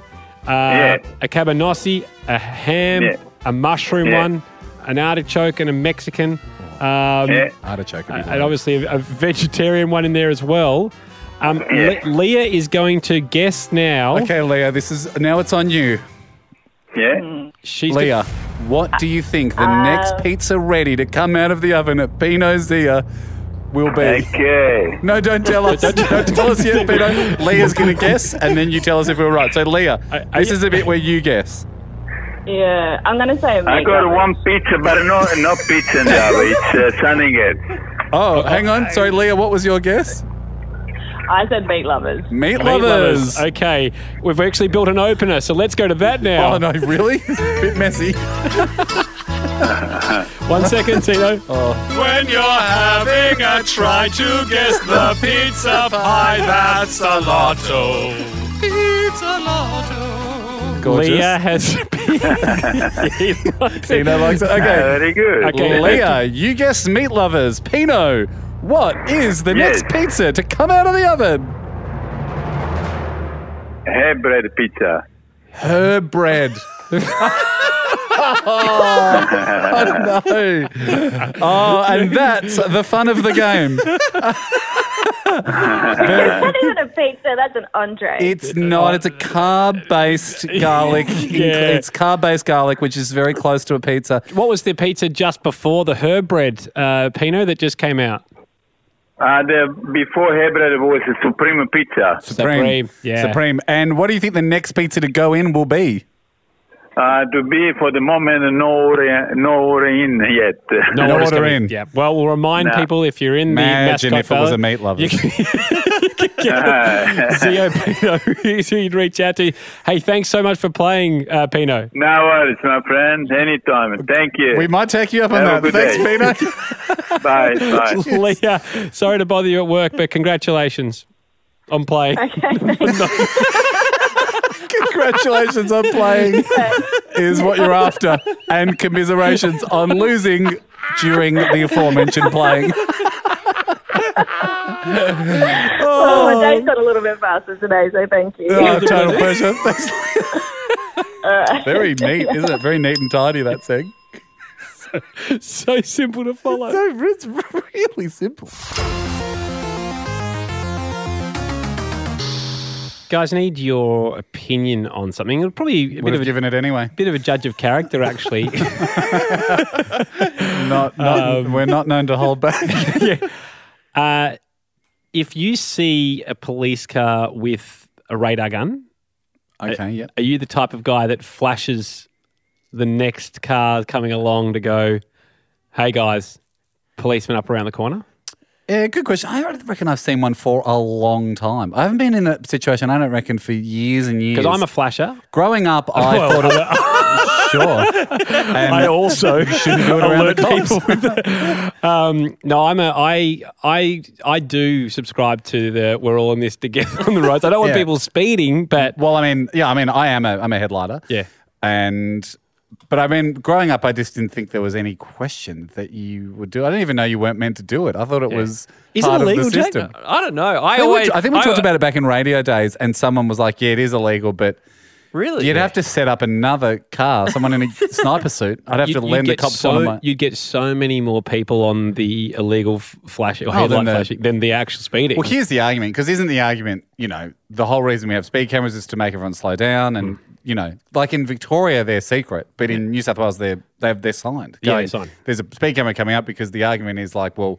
[SPEAKER 3] uh,
[SPEAKER 9] Yeah.
[SPEAKER 3] a cabanossi, a ham,
[SPEAKER 9] Yeah.
[SPEAKER 3] a mushroom
[SPEAKER 9] Yeah.
[SPEAKER 3] one, an artichoke, and a Mexican. Um,
[SPEAKER 9] Yeah.
[SPEAKER 4] Artichoke. would be
[SPEAKER 3] and
[SPEAKER 4] lovely.
[SPEAKER 3] obviously a, a vegetarian one in there as well. Um, Le- Leah is going to guess now.
[SPEAKER 4] Okay, Leah, this is now it's on you.
[SPEAKER 9] Yeah.
[SPEAKER 3] She's
[SPEAKER 4] Leah, what do you think the next pizza ready to come out of the oven at Pino's Zia will be?
[SPEAKER 9] Okay.
[SPEAKER 4] No, don't tell
[SPEAKER 3] [laughs]
[SPEAKER 4] us. don't tell us yet, Pino. Leah's going to guess, and then you tell us if we were right. So, Leah,
[SPEAKER 3] I-
[SPEAKER 4] this is a bit where you guess.
[SPEAKER 8] Yeah, I'm going to
[SPEAKER 9] I
[SPEAKER 8] say Omega.
[SPEAKER 9] got one pizza, but no, no pizza now. It's uh, Sunningham.
[SPEAKER 4] Oh,
[SPEAKER 3] Uh,
[SPEAKER 4] hang on. Sorry, Leah, what was your guess?
[SPEAKER 8] [laughs] I said meat lovers.
[SPEAKER 4] Meat,
[SPEAKER 3] Meat
[SPEAKER 4] lovers.
[SPEAKER 3] lovers. Okay, we've actually built an opener, so let's go to that now.
[SPEAKER 4] [laughs] Oh, no, really? [laughs] It's a bit messy.
[SPEAKER 3] One second,
[SPEAKER 4] [laughs]
[SPEAKER 3] Tino.
[SPEAKER 4] Oh,
[SPEAKER 3] When you're having a try to guess the pizza pie, that's a lotto.
[SPEAKER 4] Gorgeous.
[SPEAKER 3] Leah has. [laughs]
[SPEAKER 4] Pino
[SPEAKER 9] [laughs]
[SPEAKER 4] likes it. Okay.
[SPEAKER 9] Very good.
[SPEAKER 3] Okay,
[SPEAKER 4] Leah, you guessed meat lovers. Pino, what is the
[SPEAKER 9] Yes.
[SPEAKER 4] next pizza to come out of the oven?
[SPEAKER 9] Hair bread pizza. [laughs]
[SPEAKER 4] Her bread. oh, no. Oh, and that's the fun of the game.
[SPEAKER 8] Not even a pizza. That's an entree.
[SPEAKER 4] It's not. It's a carb-based
[SPEAKER 9] [laughs]
[SPEAKER 4] garlic.
[SPEAKER 3] Yeah.
[SPEAKER 4] It's carb-based garlic, which is very close to a pizza.
[SPEAKER 3] What was the pizza just before the herb bread, uh, Pino, that just came out?
[SPEAKER 9] Uh, the, before hair bread was a supreme pizza.
[SPEAKER 3] Supreme, yeah.
[SPEAKER 4] Supreme. And what do you think the next pizza to go in will be?
[SPEAKER 9] Uh, to be for the moment no order, no order in yet.
[SPEAKER 4] No
[SPEAKER 3] order's
[SPEAKER 4] order
[SPEAKER 3] coming.
[SPEAKER 4] in.
[SPEAKER 3] Yeah. Well, we'll remind
[SPEAKER 9] Nah.
[SPEAKER 3] people if you're in
[SPEAKER 4] Imagine
[SPEAKER 3] the mascot
[SPEAKER 4] if it was
[SPEAKER 3] Valley-
[SPEAKER 4] a
[SPEAKER 3] [laughs]
[SPEAKER 4] meat lover.
[SPEAKER 3] You can CEO [laughs] Pino, so you'd reach out to. you. Hey, thanks so much for playing, uh, Pino.
[SPEAKER 9] no worries, my friend. Anytime. Thank you.
[SPEAKER 4] [laughs] We might take you up on
[SPEAKER 9] Have a good
[SPEAKER 4] that.
[SPEAKER 9] day.
[SPEAKER 4] Thanks,
[SPEAKER 9] bye. Bye.
[SPEAKER 4] [laughs] Pino.
[SPEAKER 3] Leah, sorry to bother you at work, but congratulations on playing.
[SPEAKER 4] Congratulations on [laughs] playing is what you're after, and commiserations on losing during the aforementioned [laughs] playing.
[SPEAKER 8] oh, my day's got a little bit faster today, so thank you.
[SPEAKER 4] [laughs] Oh, total pleasure. Thanks. Very neat, isn't it? Very neat and tidy, that seg.
[SPEAKER 3] [laughs] so simple to follow.
[SPEAKER 4] So it's really simple.
[SPEAKER 3] Guys, I need your opinion on something. It'll probably a bit
[SPEAKER 4] Would
[SPEAKER 3] of
[SPEAKER 4] have
[SPEAKER 3] a,
[SPEAKER 4] given it anyway.
[SPEAKER 3] bit of a judge of character,
[SPEAKER 4] [laughs]
[SPEAKER 3] actually. [laughs]
[SPEAKER 4] Not, not,
[SPEAKER 3] Um,
[SPEAKER 4] we're not known to hold back.
[SPEAKER 3] [laughs] uh, if you see a police car with a radar gun,
[SPEAKER 4] okay, yeah.
[SPEAKER 3] are you the type of guy that flashes the next car coming along to go, hey guys, policeman up around the corner?
[SPEAKER 4] Yeah, good question. I don't reckon I've seen one for a long time. I haven't been in that situation, I don't reckon, for years and years.
[SPEAKER 3] Because I'm a flasher.
[SPEAKER 4] Growing up,
[SPEAKER 3] [laughs]
[SPEAKER 4] I thought it was. sure. And
[SPEAKER 3] [laughs]
[SPEAKER 4] I also shouldn't do it around the cops.
[SPEAKER 3] Um, no, I'm a I I I do subscribe to the we're all in this together [laughs] on the roads. I don't want
[SPEAKER 4] Yeah.
[SPEAKER 3] people speeding, but
[SPEAKER 4] Well, I mean, yeah, I mean, I am a I'm a headlighter.
[SPEAKER 3] Yeah.
[SPEAKER 4] And but I mean, growing up, I just didn't think there was any question that you would do. I didn't even know you weren't meant to do it. I thought it was
[SPEAKER 3] Is it
[SPEAKER 4] part
[SPEAKER 3] illegal,
[SPEAKER 4] of the
[SPEAKER 3] Jack?
[SPEAKER 4] system.
[SPEAKER 5] I don't know. I,
[SPEAKER 4] I think,
[SPEAKER 5] always.
[SPEAKER 4] we, I think we
[SPEAKER 5] I-
[SPEAKER 4] talked about it back in radio days, and someone was like, "Yeah, it is illegal, but
[SPEAKER 5] Really?
[SPEAKER 4] you'd have to set up another car, someone in a sniper suit. I'd
[SPEAKER 3] [laughs]
[SPEAKER 4] have
[SPEAKER 3] you-
[SPEAKER 4] to
[SPEAKER 3] you'd
[SPEAKER 4] lend the
[SPEAKER 3] get
[SPEAKER 4] cops
[SPEAKER 3] so,
[SPEAKER 4] one of my."
[SPEAKER 3] You'd get so many more people on the illegal f- flash or headlight
[SPEAKER 4] Oh, than the-
[SPEAKER 3] flashing than the actual speeding.
[SPEAKER 4] Well, here's the argument because isn't the argument, you know, the whole reason we have speed cameras is to make everyone slow down and,
[SPEAKER 3] Mm.
[SPEAKER 4] you know, like in Victoria, they're secret, but in New South Wales, they're, they're, they're signed.
[SPEAKER 3] Yeah,
[SPEAKER 4] Going,
[SPEAKER 3] they're signed.
[SPEAKER 4] There's a speed camera coming up because the argument is like, well,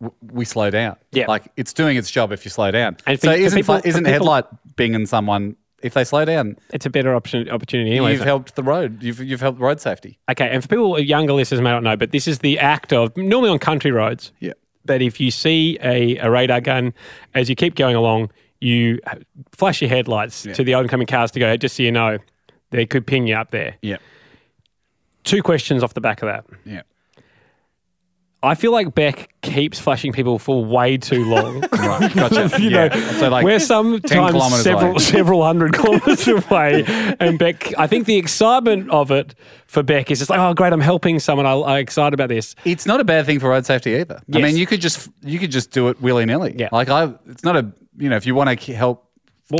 [SPEAKER 4] w- we slow down.
[SPEAKER 3] Yeah.
[SPEAKER 4] Like it's doing its job if you slow down.
[SPEAKER 3] And for-
[SPEAKER 4] so
[SPEAKER 3] for
[SPEAKER 4] isn't,
[SPEAKER 3] people-
[SPEAKER 4] fla-
[SPEAKER 3] for
[SPEAKER 4] isn't
[SPEAKER 3] people-
[SPEAKER 4] headlight binging someone if they slow down?
[SPEAKER 3] it's a better option opportunity anyway.
[SPEAKER 4] you've
[SPEAKER 3] isn't it?
[SPEAKER 4] helped the road. You've, you've helped road safety.
[SPEAKER 3] Okay, and for people younger listeners may not know, but this is the act of normally on country roads.
[SPEAKER 4] Yeah.
[SPEAKER 3] That if you see a, a radar gun as you keep going along, you flash your headlights to the oncoming cars to go just so you know they could ping you up there.
[SPEAKER 4] Yeah.
[SPEAKER 3] Two questions off the back of that.
[SPEAKER 4] Yeah.
[SPEAKER 3] I feel like Beck keeps flashing people for way too
[SPEAKER 4] [laughs]
[SPEAKER 3] long.
[SPEAKER 4] Right. [laughs] Gotcha.
[SPEAKER 3] [laughs] You
[SPEAKER 4] yeah.
[SPEAKER 3] know,
[SPEAKER 4] so like
[SPEAKER 3] We're
[SPEAKER 4] 10
[SPEAKER 3] sometimes
[SPEAKER 4] kilometers
[SPEAKER 3] several [laughs]
[SPEAKER 4] away.
[SPEAKER 3] several hundred kilometers away, and Beck. I think the excitement of it for Beck is just like, oh, great, I'm helping someone. I, I'm excited about this.
[SPEAKER 4] It's not a bad thing for road safety either. I
[SPEAKER 3] Yes.
[SPEAKER 4] mean, you could just you could just do it willy nilly.
[SPEAKER 3] Yeah.
[SPEAKER 4] Like I, it's not a you know if you want to k- help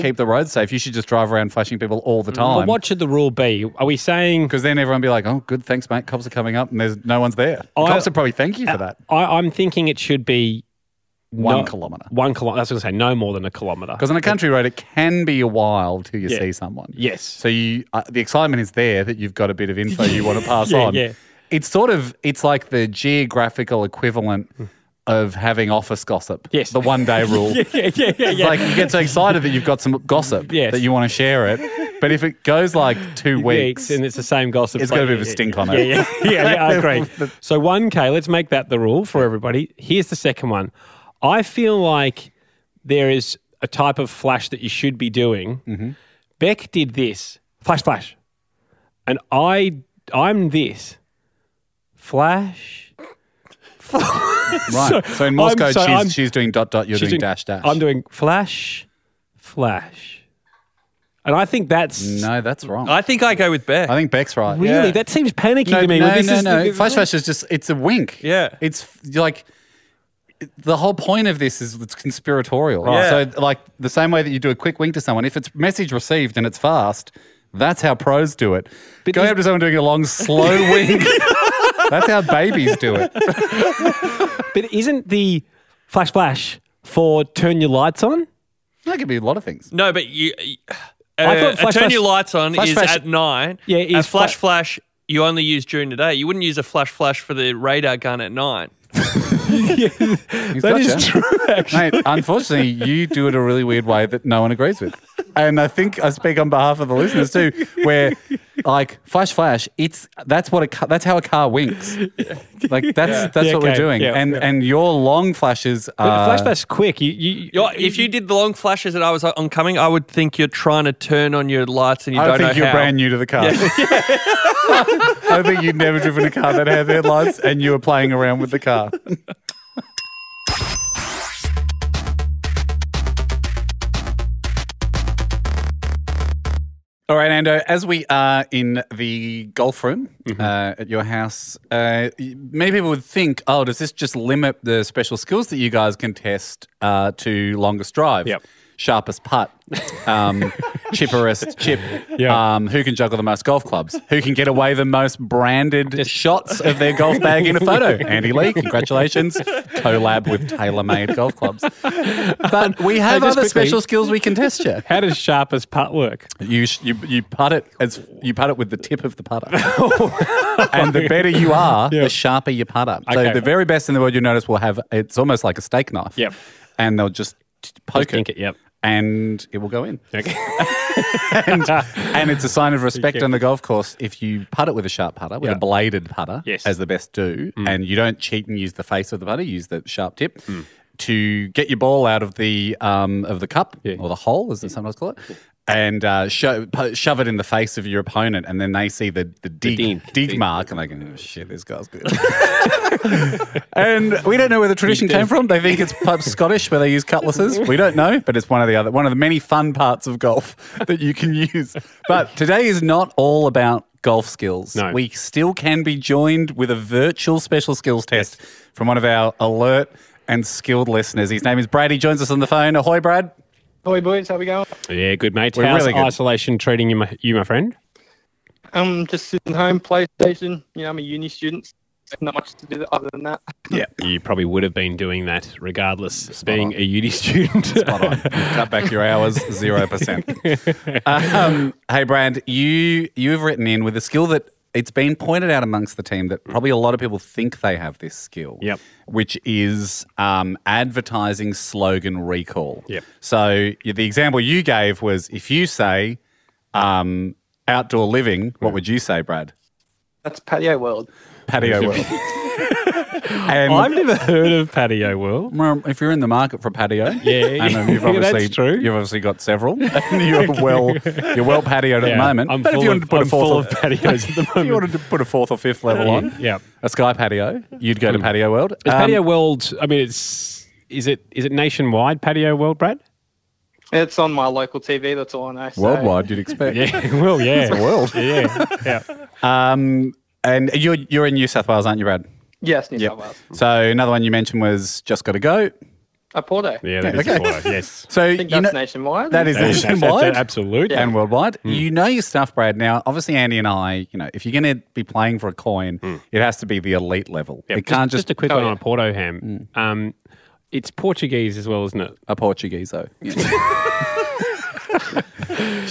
[SPEAKER 4] keep the roads safe, you should just drive around flashing people all the
[SPEAKER 3] Well,
[SPEAKER 4] time.
[SPEAKER 3] what should the rule be? Are we saying
[SPEAKER 4] Because then everyone be like, oh, good, thanks, mate. Cops are coming up, and there's no one's there. The
[SPEAKER 3] I-
[SPEAKER 4] cops would probably thank you for that.
[SPEAKER 3] I, I'm thinking it should be
[SPEAKER 4] One
[SPEAKER 3] no-
[SPEAKER 4] kilometre. 'Cause kilometer.
[SPEAKER 3] One kilometer. That's what I say. No more than a
[SPEAKER 4] [laughs]
[SPEAKER 3] kilometer.
[SPEAKER 4] Because on a country road, it can be a while till you
[SPEAKER 3] Yeah.
[SPEAKER 4] see someone.
[SPEAKER 3] Yes.
[SPEAKER 4] So you, uh, the excitement is there that you've got a bit of info you want to
[SPEAKER 3] [laughs]
[SPEAKER 4] pass
[SPEAKER 3] Yeah,
[SPEAKER 4] on.
[SPEAKER 3] yeah.
[SPEAKER 4] It's sort of it's like the geographical equivalent of having office gossip.
[SPEAKER 3] Yes.
[SPEAKER 4] The
[SPEAKER 3] [laughs]
[SPEAKER 4] one day rule.
[SPEAKER 3] [laughs] yeah, yeah, yeah,
[SPEAKER 4] It's
[SPEAKER 3] yeah.
[SPEAKER 4] like you get so excited that you've got some gossip
[SPEAKER 3] Yes.
[SPEAKER 4] that you want to share it. But if it goes like two weeks,
[SPEAKER 3] weeks, and it's the same gossip.
[SPEAKER 4] It's
[SPEAKER 3] like-
[SPEAKER 4] got a bit of a stink on
[SPEAKER 3] Yeah,
[SPEAKER 4] it.
[SPEAKER 3] yeah, [laughs] yeah, yeah I
[SPEAKER 4] [laughs]
[SPEAKER 3] agree. So one K, let's make that the rule for everybody. Here's the second one. I feel like there is a type of flash that you should be doing.
[SPEAKER 4] Mm-hmm.
[SPEAKER 3] Beck did this flash, flash, and I, I'm this flash.
[SPEAKER 4] right. So, in
[SPEAKER 3] I'm-
[SPEAKER 4] Morse code,
[SPEAKER 3] so I'm-
[SPEAKER 4] she's, she's doing dot dot, you're
[SPEAKER 3] She's
[SPEAKER 4] doing, dash dash.
[SPEAKER 3] I'm doing flash, flash, and I think that's
[SPEAKER 4] no, that's wrong. I,
[SPEAKER 5] I think I go with Bear.
[SPEAKER 4] think Beck's right.
[SPEAKER 3] really
[SPEAKER 4] Yeah.
[SPEAKER 3] that seems panicky
[SPEAKER 4] No,
[SPEAKER 3] to me.
[SPEAKER 4] no,
[SPEAKER 3] Well, this
[SPEAKER 4] no,
[SPEAKER 3] is
[SPEAKER 4] no.
[SPEAKER 3] the-
[SPEAKER 4] Flash flash is just it's a wink.
[SPEAKER 5] Yeah.
[SPEAKER 4] It's f- like the whole point of this is it's conspiratorial.
[SPEAKER 5] Yeah.
[SPEAKER 4] So like the same way that you do a quick wink to someone, if it's message received and it's fast, that's how pros do it. Going up to someone doing a long, slow
[SPEAKER 3] [laughs]
[SPEAKER 4] wink. That's how babies do it.
[SPEAKER 3] But isn't the flash flash for turn your lights on?
[SPEAKER 4] That could be a lot of things.
[SPEAKER 5] No, but you. you-
[SPEAKER 3] I
[SPEAKER 5] Uh,
[SPEAKER 3] thought flash
[SPEAKER 5] turn
[SPEAKER 3] flash-
[SPEAKER 5] your lights on
[SPEAKER 4] flash
[SPEAKER 5] is
[SPEAKER 4] flash-
[SPEAKER 5] at nine.
[SPEAKER 3] Yeah, it
[SPEAKER 5] a
[SPEAKER 3] is
[SPEAKER 5] flash
[SPEAKER 3] fla-
[SPEAKER 5] flash you only use during the day. You wouldn't use a flash flash for the radar gun at nine.
[SPEAKER 4] He's
[SPEAKER 3] That is
[SPEAKER 4] gotcha.
[SPEAKER 3] true, actually.
[SPEAKER 4] Mate, unfortunately, you do it a really weird way that no one agrees with. And I think I speak on behalf of the listeners too, where like flash flash, it's that's what a ca- that's how a car winks. Like that's that's
[SPEAKER 3] Yeah,
[SPEAKER 4] what we're
[SPEAKER 3] okay.
[SPEAKER 4] doing.
[SPEAKER 3] Yeah,
[SPEAKER 4] and
[SPEAKER 3] yeah.
[SPEAKER 4] and your long flashes
[SPEAKER 3] But
[SPEAKER 4] are
[SPEAKER 3] flash flash is quick. You, Uh, you,
[SPEAKER 5] You're, if you did the long flashes that I was on coming, I would think you're trying to turn on your lights and you
[SPEAKER 4] I
[SPEAKER 5] don't
[SPEAKER 4] don't think
[SPEAKER 5] know
[SPEAKER 4] you're
[SPEAKER 5] how.
[SPEAKER 4] brand new to the car. [laughs]
[SPEAKER 3] [laughs]
[SPEAKER 4] I think you'd never driven a car that had headlights and you were playing around with the car. All right, Ando, as we are in the golf room
[SPEAKER 3] Mm-hmm.
[SPEAKER 4] uh, at your house, uh, y- many people would think, oh, does this just limit the special skills that you guys can test uh, to longest drive?
[SPEAKER 3] Yep.
[SPEAKER 4] sharpest putt,
[SPEAKER 3] [laughs]
[SPEAKER 4] um, chipperest chip,
[SPEAKER 3] Yeah.
[SPEAKER 4] um, who can juggle the most golf clubs, who can get away the most branded shots of
[SPEAKER 3] [laughs]
[SPEAKER 4] their golf bag in a photo. Andy Lee, congratulations. Collab with TaylorMade Golf
[SPEAKER 3] [laughs]
[SPEAKER 4] Clubs. But we have
[SPEAKER 3] just
[SPEAKER 4] other
[SPEAKER 3] quickly-
[SPEAKER 4] special skills we can test you.
[SPEAKER 3] How does sharpest putt work?
[SPEAKER 4] You, sh- you you putt it as you putt it with the tip of the putter, [laughs] and the better you are,
[SPEAKER 3] Yeah.
[SPEAKER 4] the sharper your putter. So
[SPEAKER 3] Okay.
[SPEAKER 4] the very best in the world you notice will have it's almost like a steak knife.
[SPEAKER 3] Yep.
[SPEAKER 4] and they'll just t- poke
[SPEAKER 3] dink
[SPEAKER 4] it,
[SPEAKER 3] it, yep.
[SPEAKER 4] and it will go in.
[SPEAKER 3] Okay.
[SPEAKER 4] and, [laughs] and it's a sign of respect
[SPEAKER 3] Okay.
[SPEAKER 4] on the golf course if you putt it with a sharp putter, with
[SPEAKER 3] Yeah.
[SPEAKER 4] a bladed putter,
[SPEAKER 3] Yes. Mm.
[SPEAKER 4] as the best do, and you don't cheat and use the face of the putter, use the sharp tip. To get your ball out of the um, of the cup
[SPEAKER 3] Yeah.
[SPEAKER 4] or the hole, as they sometimes call it, and uh, sho- po- shove it in the face of your opponent, and then they see the the dig,
[SPEAKER 3] dink.
[SPEAKER 4] dig mark, and they go, oh, "Shit, this
[SPEAKER 3] [laughs]
[SPEAKER 4] guy's good." and we don't know where the tradition came from. They think it's pub Scottish where they use cutlasses. We don't know, but it's one of the other one of the many fun parts of golf [laughs] that you can use. But today is not all about golf skills.
[SPEAKER 3] No.
[SPEAKER 4] We still can be joined with a virtual special skills test from one of our alert and skilled listeners. His name is Brad. He joins us on the phone. Ahoy, Brad.
[SPEAKER 10] Hi boys, how we going?
[SPEAKER 3] [laughs] Yeah, good mate.
[SPEAKER 4] We're
[SPEAKER 3] How's
[SPEAKER 4] really good.
[SPEAKER 3] isolation treating you, my, you, my friend?
[SPEAKER 10] Um, just sitting home, PlayStation. You know, I'm a uni student. so Not much to do other than that.
[SPEAKER 4] Yeah.
[SPEAKER 3] You probably would have been doing that regardless, being a uni student.
[SPEAKER 4] [laughs]
[SPEAKER 3] [laughs]
[SPEAKER 4] Spot on. You've cut back your hours zero percent. um, hey, Brand, you you've written in with a skill that it's been pointed out amongst the team that probably a lot of people think they have this skill.
[SPEAKER 3] Yep.
[SPEAKER 4] Which is um, advertising slogan recall.
[SPEAKER 3] Yep.
[SPEAKER 4] So y- the example you gave was if you say um, outdoor living, what would you say, Brad?
[SPEAKER 10] That's patio world.
[SPEAKER 4] Patio [laughs] world. and
[SPEAKER 3] I've never heard of Patio World.
[SPEAKER 4] Well, if you're in the market for patio,
[SPEAKER 3] [laughs] Yeah.
[SPEAKER 4] I know you've
[SPEAKER 3] Yeah, that's
[SPEAKER 4] obviously
[SPEAKER 3] true.
[SPEAKER 4] You've obviously got several. [laughs] And you're well, you're well patioed at the
[SPEAKER 3] Yeah,
[SPEAKER 4] moment.
[SPEAKER 3] I'm
[SPEAKER 4] but if
[SPEAKER 3] full
[SPEAKER 4] you
[SPEAKER 3] of-
[SPEAKER 4] wanted to put
[SPEAKER 3] I'm
[SPEAKER 4] a fourth
[SPEAKER 3] full of [laughs] patios at the
[SPEAKER 4] [laughs] if
[SPEAKER 3] moment.
[SPEAKER 4] you wanted to put a fourth or fifth level on,
[SPEAKER 3] Yeah. Hmm.
[SPEAKER 4] a sky patio, you'd go to Patio World.
[SPEAKER 3] Is
[SPEAKER 4] Um,
[SPEAKER 3] Patio World? I mean, it's is it is it nationwide Patio World, Brad?
[SPEAKER 10] It's on my local TV. That's all I know. so-
[SPEAKER 4] worldwide, you'd expect.
[SPEAKER 3] Yeah. [laughs] Well, yeah.
[SPEAKER 4] It's a world.
[SPEAKER 3] Yeah. Yeah.
[SPEAKER 4] Um, and you're you're in New South Wales, aren't you, Brad?
[SPEAKER 10] Yes, New
[SPEAKER 4] Yep.
[SPEAKER 10] South Wales.
[SPEAKER 4] So another one you mentioned was just got to go.
[SPEAKER 10] A Porto. I
[SPEAKER 3] Yeah. That is
[SPEAKER 4] Okay.
[SPEAKER 3] Porto, Yes.
[SPEAKER 4] So
[SPEAKER 10] think
[SPEAKER 4] you
[SPEAKER 10] that's
[SPEAKER 4] know,
[SPEAKER 10] nationwide.
[SPEAKER 4] that is
[SPEAKER 3] That's- that's-
[SPEAKER 4] [laughs] nationwide.
[SPEAKER 3] that's Hmm. Absolute.
[SPEAKER 4] and worldwide. You know your stuff, Brad. Now, obviously, Andy and I, you know, if you're going to be playing for a coin, it has to be the elite level.
[SPEAKER 3] Hmm. Yeah,
[SPEAKER 4] it can't just, Mm.
[SPEAKER 3] just a quick
[SPEAKER 10] Oh,
[SPEAKER 3] one
[SPEAKER 10] yeah.
[SPEAKER 3] on a Porto ham. Um, it's Portuguese as well, isn't it?
[SPEAKER 4] a Portuguese, though. Yeah. [laughs]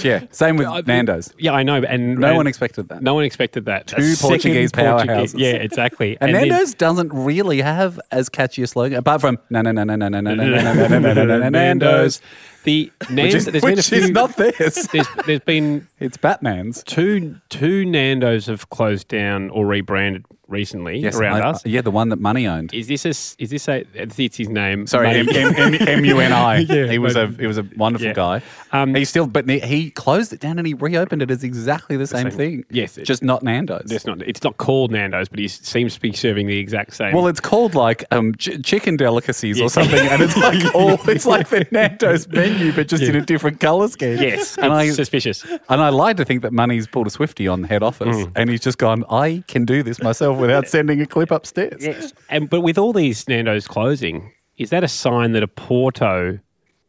[SPEAKER 4] Yeah, Same with Uh, Nando's.
[SPEAKER 3] Uh, Yeah, I know. And
[SPEAKER 4] No
[SPEAKER 3] and
[SPEAKER 4] one expected that.
[SPEAKER 3] No one expected that. Two
[SPEAKER 4] Portuguese powerhouses.
[SPEAKER 3] Yeah, exactly.
[SPEAKER 4] And,
[SPEAKER 3] then- [laughs]
[SPEAKER 4] Nando's doesn't really have as catchy a slogan, apart from no, no, no, no, no, no, no, no, no, no, no, no, no, no, no, Nando's,
[SPEAKER 3] The
[SPEAKER 4] which
[SPEAKER 3] Nando's.
[SPEAKER 4] is,
[SPEAKER 3] there's been a
[SPEAKER 4] which is
[SPEAKER 3] few-
[SPEAKER 4] not theirs.
[SPEAKER 3] [laughs] There's, there's been
[SPEAKER 4] It's Batman's.
[SPEAKER 3] two two Nando's have closed down or rebranded recently around
[SPEAKER 4] I-
[SPEAKER 3] us.
[SPEAKER 4] Yeah, the one that Money owned.
[SPEAKER 3] Is this a, s- is this a it's his name?
[SPEAKER 4] Sorry, M
[SPEAKER 3] Mate. [laughs]
[SPEAKER 4] M- M- M U N I. He was a
[SPEAKER 3] maybe.
[SPEAKER 4] he was a wonderful
[SPEAKER 3] Yeah.
[SPEAKER 4] guy.
[SPEAKER 3] Um,
[SPEAKER 4] he still, but he- he closed it down and he reopened it as exactly the, same, thing.
[SPEAKER 3] Yes, it-
[SPEAKER 4] just not Nando's.
[SPEAKER 3] it's not it's not called Nando's, but he s- seems to be serving the exact same.
[SPEAKER 4] well, it's called like um, ch- chicken delicacies
[SPEAKER 3] Yeah.
[SPEAKER 4] or something, and
[SPEAKER 3] [laughs]
[SPEAKER 4] it's like all it's like the Nando's menu, but just in a different color scheme. [laughs]
[SPEAKER 3] yes,
[SPEAKER 4] and I
[SPEAKER 3] it's suspicious.
[SPEAKER 4] and I lied to think that Money's pulled a Swifty on head office,
[SPEAKER 3] Mm.
[SPEAKER 4] and he's just gone. I can do this myself without sending a clip upstairs.
[SPEAKER 3] Yes, and but with all these Nando's closing, is that a sign that a Porto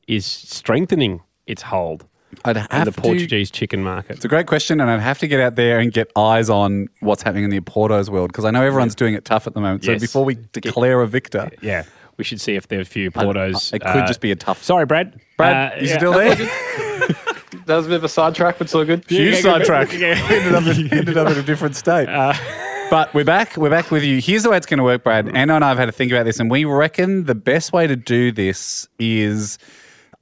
[SPEAKER 3] is strengthening its hold
[SPEAKER 4] I'd
[SPEAKER 3] in
[SPEAKER 4] have
[SPEAKER 3] the
[SPEAKER 4] to-
[SPEAKER 3] Portuguese chicken market?
[SPEAKER 4] It's a great question, and I'd have to get out there and get eyes on what's happening in the Porto's world because I know everyone's doing it tough at the moment. So
[SPEAKER 3] Yes.
[SPEAKER 4] before we declare a victor,
[SPEAKER 3] yeah, we should see if there are a few Portos. uh,
[SPEAKER 4] it could just be a tough-
[SPEAKER 3] Sorry, Brad.
[SPEAKER 4] Brad,
[SPEAKER 3] Uh,
[SPEAKER 4] you
[SPEAKER 3] yeah.
[SPEAKER 4] still there?
[SPEAKER 10] [laughs] That was a bit of a sidetrack, but it's all good.
[SPEAKER 3] [laughs]
[SPEAKER 4] Huge
[SPEAKER 3] yeah,
[SPEAKER 4] sidetrack.
[SPEAKER 3] yeah.
[SPEAKER 4] [laughs] ended, up in, ended up in a different state. Uh, but we're back. We're back with you. Here's the way it's going to work, Brad. Anna and I have had to think about this, and we reckon the best way to do this is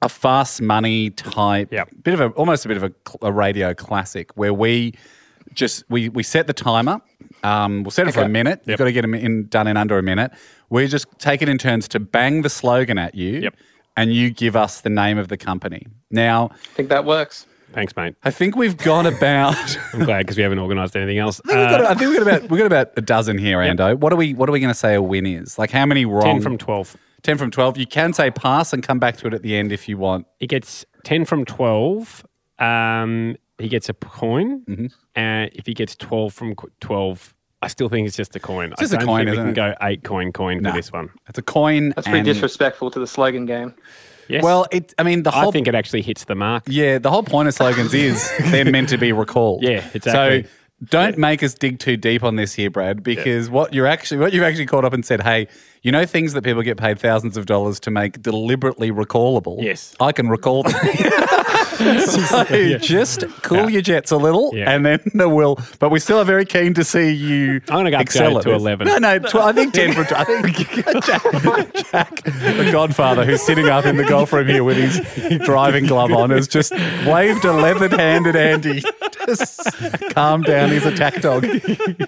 [SPEAKER 4] a fast money type,
[SPEAKER 3] Yep.
[SPEAKER 4] bit of a almost a bit of a, cl- a radio classic where we just we we set the timer. Um, we'll set it for a minute. You've got to get them in, done in under a minute. We just take it in turns to bang the slogan at you,
[SPEAKER 3] Yep.
[SPEAKER 4] and you give us the name of the company. Now,
[SPEAKER 10] I think that works.
[SPEAKER 3] [laughs] Thanks, mate.
[SPEAKER 4] I think we've gone about. [laughs]
[SPEAKER 3] I'm glad because we haven't organised anything else.
[SPEAKER 4] I think we've
[SPEAKER 3] Uh,
[SPEAKER 4] got, I think we've got about we've got about a dozen here,
[SPEAKER 3] Yep.
[SPEAKER 4] Ando. What are we What are we going to say a win is? Like how many wrong?
[SPEAKER 3] Ten from twelve.
[SPEAKER 4] Ten from twelve. You can say pass and come back to it at the end if you want.
[SPEAKER 3] He gets 10 from 12. Um, he gets a coin.
[SPEAKER 4] Mm-hmm.
[SPEAKER 3] And if he gets 12 from qu- 12, I still think it's just a coin.
[SPEAKER 4] just
[SPEAKER 3] I
[SPEAKER 4] a
[SPEAKER 3] don't
[SPEAKER 4] coin,
[SPEAKER 3] think we
[SPEAKER 4] isn't
[SPEAKER 3] can
[SPEAKER 4] it?
[SPEAKER 3] go eight coin coin for this one.
[SPEAKER 4] It's a coin.
[SPEAKER 10] That's pretty
[SPEAKER 4] and-
[SPEAKER 10] disrespectful to the slogan game.
[SPEAKER 3] Yes.
[SPEAKER 4] Well, it. I mean, the
[SPEAKER 3] I
[SPEAKER 4] whole
[SPEAKER 3] think it actually hits the mark.
[SPEAKER 4] Yeah, the whole point of slogans
[SPEAKER 3] [laughs]
[SPEAKER 4] is they're meant to be recalled.
[SPEAKER 3] Yeah, exactly.
[SPEAKER 4] So don't make us dig too deep on this here, Brad, because what you're actually what you've actually caught up and said, hey, you know things that people get paid thousands of dollars to make deliberately recallable.
[SPEAKER 3] Yes.
[SPEAKER 4] I can
[SPEAKER 3] [laughs]
[SPEAKER 4] recall them. so just cool your jets a little,
[SPEAKER 3] Yeah.
[SPEAKER 4] and then [laughs] we'll. But we still are very keen to see you.
[SPEAKER 3] I'm gonna go
[SPEAKER 4] excel
[SPEAKER 3] upgrade to
[SPEAKER 4] at this.
[SPEAKER 3] 11.
[SPEAKER 4] No, no, tw- I think ten for.
[SPEAKER 3] [laughs]
[SPEAKER 4] I think Jack, Jack, the Godfather, who's sitting up in the golf room here with his driving glove on, has just waved a leathered hand at Andy. Just calm down. He's a tack dog.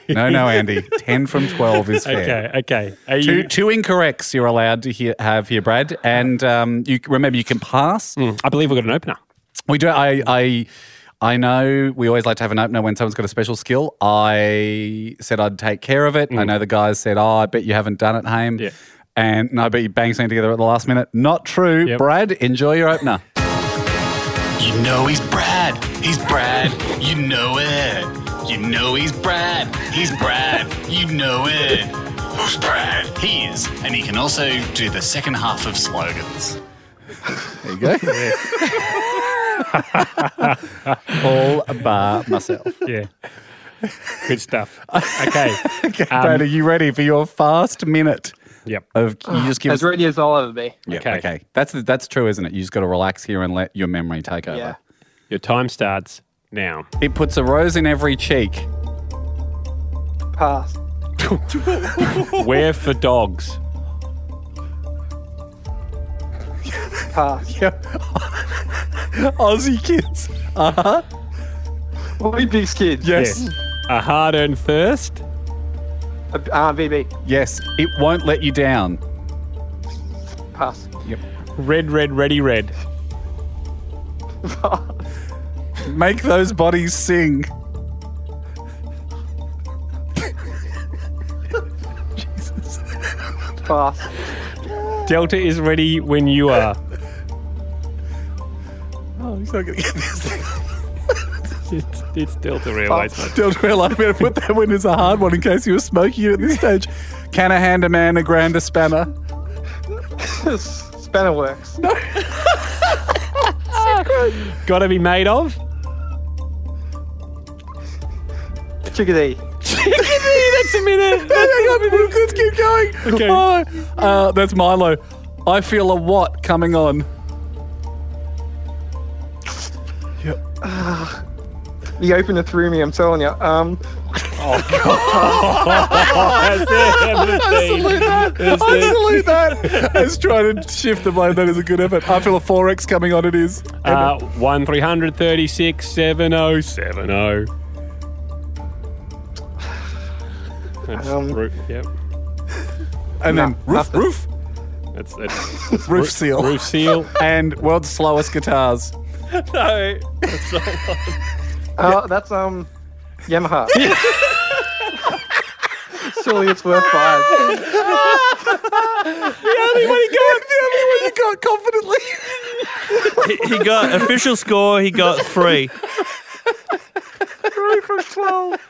[SPEAKER 4] No, no, Andy. Ten from twelve is fair.
[SPEAKER 3] Okay, okay. Are
[SPEAKER 4] Two,
[SPEAKER 3] you,
[SPEAKER 4] two incorrects you're allowed to hear, have here, Brad. And um, you remember you can pass.
[SPEAKER 3] I believe we've got an opener.
[SPEAKER 4] We do. I, I, I know we always like to have an opener when someone's got a special skill. I said I'd take care of it. I know the guys said, "Oh, I bet you haven't done it, Haim."
[SPEAKER 3] Mm. Yeah.
[SPEAKER 4] And no, I bet you bang something together at the last minute. Not true,
[SPEAKER 3] Yep.
[SPEAKER 4] Brad. Enjoy your opener.
[SPEAKER 11] You know he's Brad. He's Brad. You know it. You know he's Brad. He's Brad. You know it. Who's Brad? He is. And he can also do the second half of slogans.
[SPEAKER 4] There you
[SPEAKER 10] [laughs]
[SPEAKER 4] go. [laughs] All bar myself.
[SPEAKER 10] Um,
[SPEAKER 4] [laughs]
[SPEAKER 3] Yeah. Good stuff. Okay.
[SPEAKER 4] Okay,
[SPEAKER 3] Um,
[SPEAKER 4] Brad, are you ready for your fast minute?
[SPEAKER 3] Yep.
[SPEAKER 4] Of you just give
[SPEAKER 10] as
[SPEAKER 4] us.
[SPEAKER 10] ready as I'll ever be.
[SPEAKER 4] Yeah,
[SPEAKER 3] Okay.
[SPEAKER 4] okay. That's that's true, isn't it? You just got to relax here and let your memory take over.
[SPEAKER 10] Yeah.
[SPEAKER 3] Your time starts now.
[SPEAKER 4] It puts a rose in every cheek. [laughs]
[SPEAKER 10] Pass.
[SPEAKER 3] Where for dogs?
[SPEAKER 10] Pass.
[SPEAKER 4] Yep. Aussie kids.
[SPEAKER 10] Well, we these kids.
[SPEAKER 4] Yes.
[SPEAKER 3] A hard earned thirst?
[SPEAKER 10] Uh, uh, VB.
[SPEAKER 4] Yes. It won't let you down.
[SPEAKER 10] Pass.
[SPEAKER 3] Red, red, ready, red.
[SPEAKER 4] Make those bodies sing.
[SPEAKER 10] Pass.
[SPEAKER 3] Delta is ready when you are.
[SPEAKER 4] Oh, he's not going to get this.
[SPEAKER 3] It's, it's Delta Railways. mate.
[SPEAKER 4] Don't real. I better put that one as a hard one in case you were smoking it at this stage. Can a hand a man a
[SPEAKER 3] [laughs]
[SPEAKER 4] grander spanner?
[SPEAKER 10] Spanner works.
[SPEAKER 3] Gotta be made of?
[SPEAKER 10] Chickadee.
[SPEAKER 3] That's a minute.
[SPEAKER 4] [laughs] Hang on, let's keep going.
[SPEAKER 3] Okay.
[SPEAKER 4] Oh, uh, that's Milo. I feel a what coming on.
[SPEAKER 10] The opener threw me. I'm telling you. Um.
[SPEAKER 4] [laughs] I salute that. I was trying to shift the blame. That is a good effort. I feel a 4X coming on. It is.
[SPEAKER 3] Uh, 1 336 7070. That's
[SPEAKER 10] Um,
[SPEAKER 3] ru- yep.
[SPEAKER 4] And then roof,
[SPEAKER 10] nothing.
[SPEAKER 4] roof,
[SPEAKER 3] That's, that's, that's
[SPEAKER 4] [laughs] roof
[SPEAKER 3] ru-
[SPEAKER 4] seal.
[SPEAKER 3] Roof seal.
[SPEAKER 4] [laughs] And world's
[SPEAKER 3] [laughs]
[SPEAKER 4] slowest guitars.
[SPEAKER 5] No.
[SPEAKER 10] Uh, That's um. Yamaha. Surely it's worth five.
[SPEAKER 4] you got confidently.
[SPEAKER 5] He, he got official score,
[SPEAKER 10] [laughs]
[SPEAKER 5] he got three.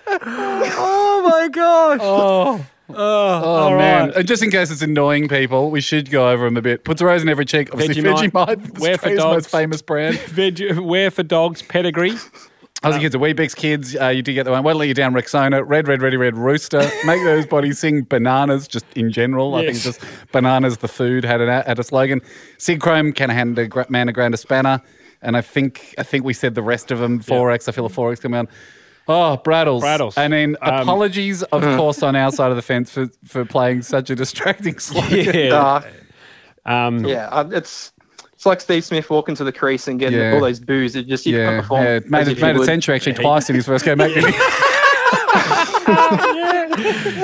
[SPEAKER 4] Oh my gosh.
[SPEAKER 3] Oh.
[SPEAKER 4] Oh
[SPEAKER 3] all
[SPEAKER 4] man!
[SPEAKER 3] right.
[SPEAKER 4] And just in case it's annoying people, we should go over them a bit. Puts a rose in every cheek. Obviously,
[SPEAKER 3] Vegemite.
[SPEAKER 4] Vegemite,
[SPEAKER 3] Where for
[SPEAKER 4] Australia's
[SPEAKER 3] dogs.
[SPEAKER 4] most famous brand.
[SPEAKER 3] Veg- where for dogs?
[SPEAKER 4] [laughs]
[SPEAKER 3] Pedigree.
[SPEAKER 4] How's the kids? The Weebix kids. Uh, you do get the one. Won't let you down. Rexona. Red, red, ready, red. Rooster. Make those bodies sing. Bananas. Just in general, I think
[SPEAKER 3] Yes.
[SPEAKER 4] just bananas. The food had a had a slogan. Sig Chrome can hand a gra- man a grand a spanner. And I think I think we said the rest of them. Four X. I feel a four X coming on. Oh, Brattles.
[SPEAKER 3] Brattles.
[SPEAKER 4] I mean,
[SPEAKER 3] Um,
[SPEAKER 4] apologies, of
[SPEAKER 10] Mm.
[SPEAKER 4] course, on our side of the fence for, for playing such a distracting [laughs] slogan.
[SPEAKER 3] Yeah.
[SPEAKER 10] Uh,
[SPEAKER 3] Um,
[SPEAKER 10] yeah. Uh, it's. It's like Steve Smith walking to the crease and getting
[SPEAKER 4] Yeah.
[SPEAKER 10] all those boos. It just you can't
[SPEAKER 4] Yeah,
[SPEAKER 10] perform.
[SPEAKER 4] yeah.
[SPEAKER 10] as
[SPEAKER 4] made,
[SPEAKER 10] if
[SPEAKER 4] it,
[SPEAKER 10] you
[SPEAKER 4] made a
[SPEAKER 10] would.
[SPEAKER 4] century actually twice in his first game. Mate.
[SPEAKER 3] [laughs]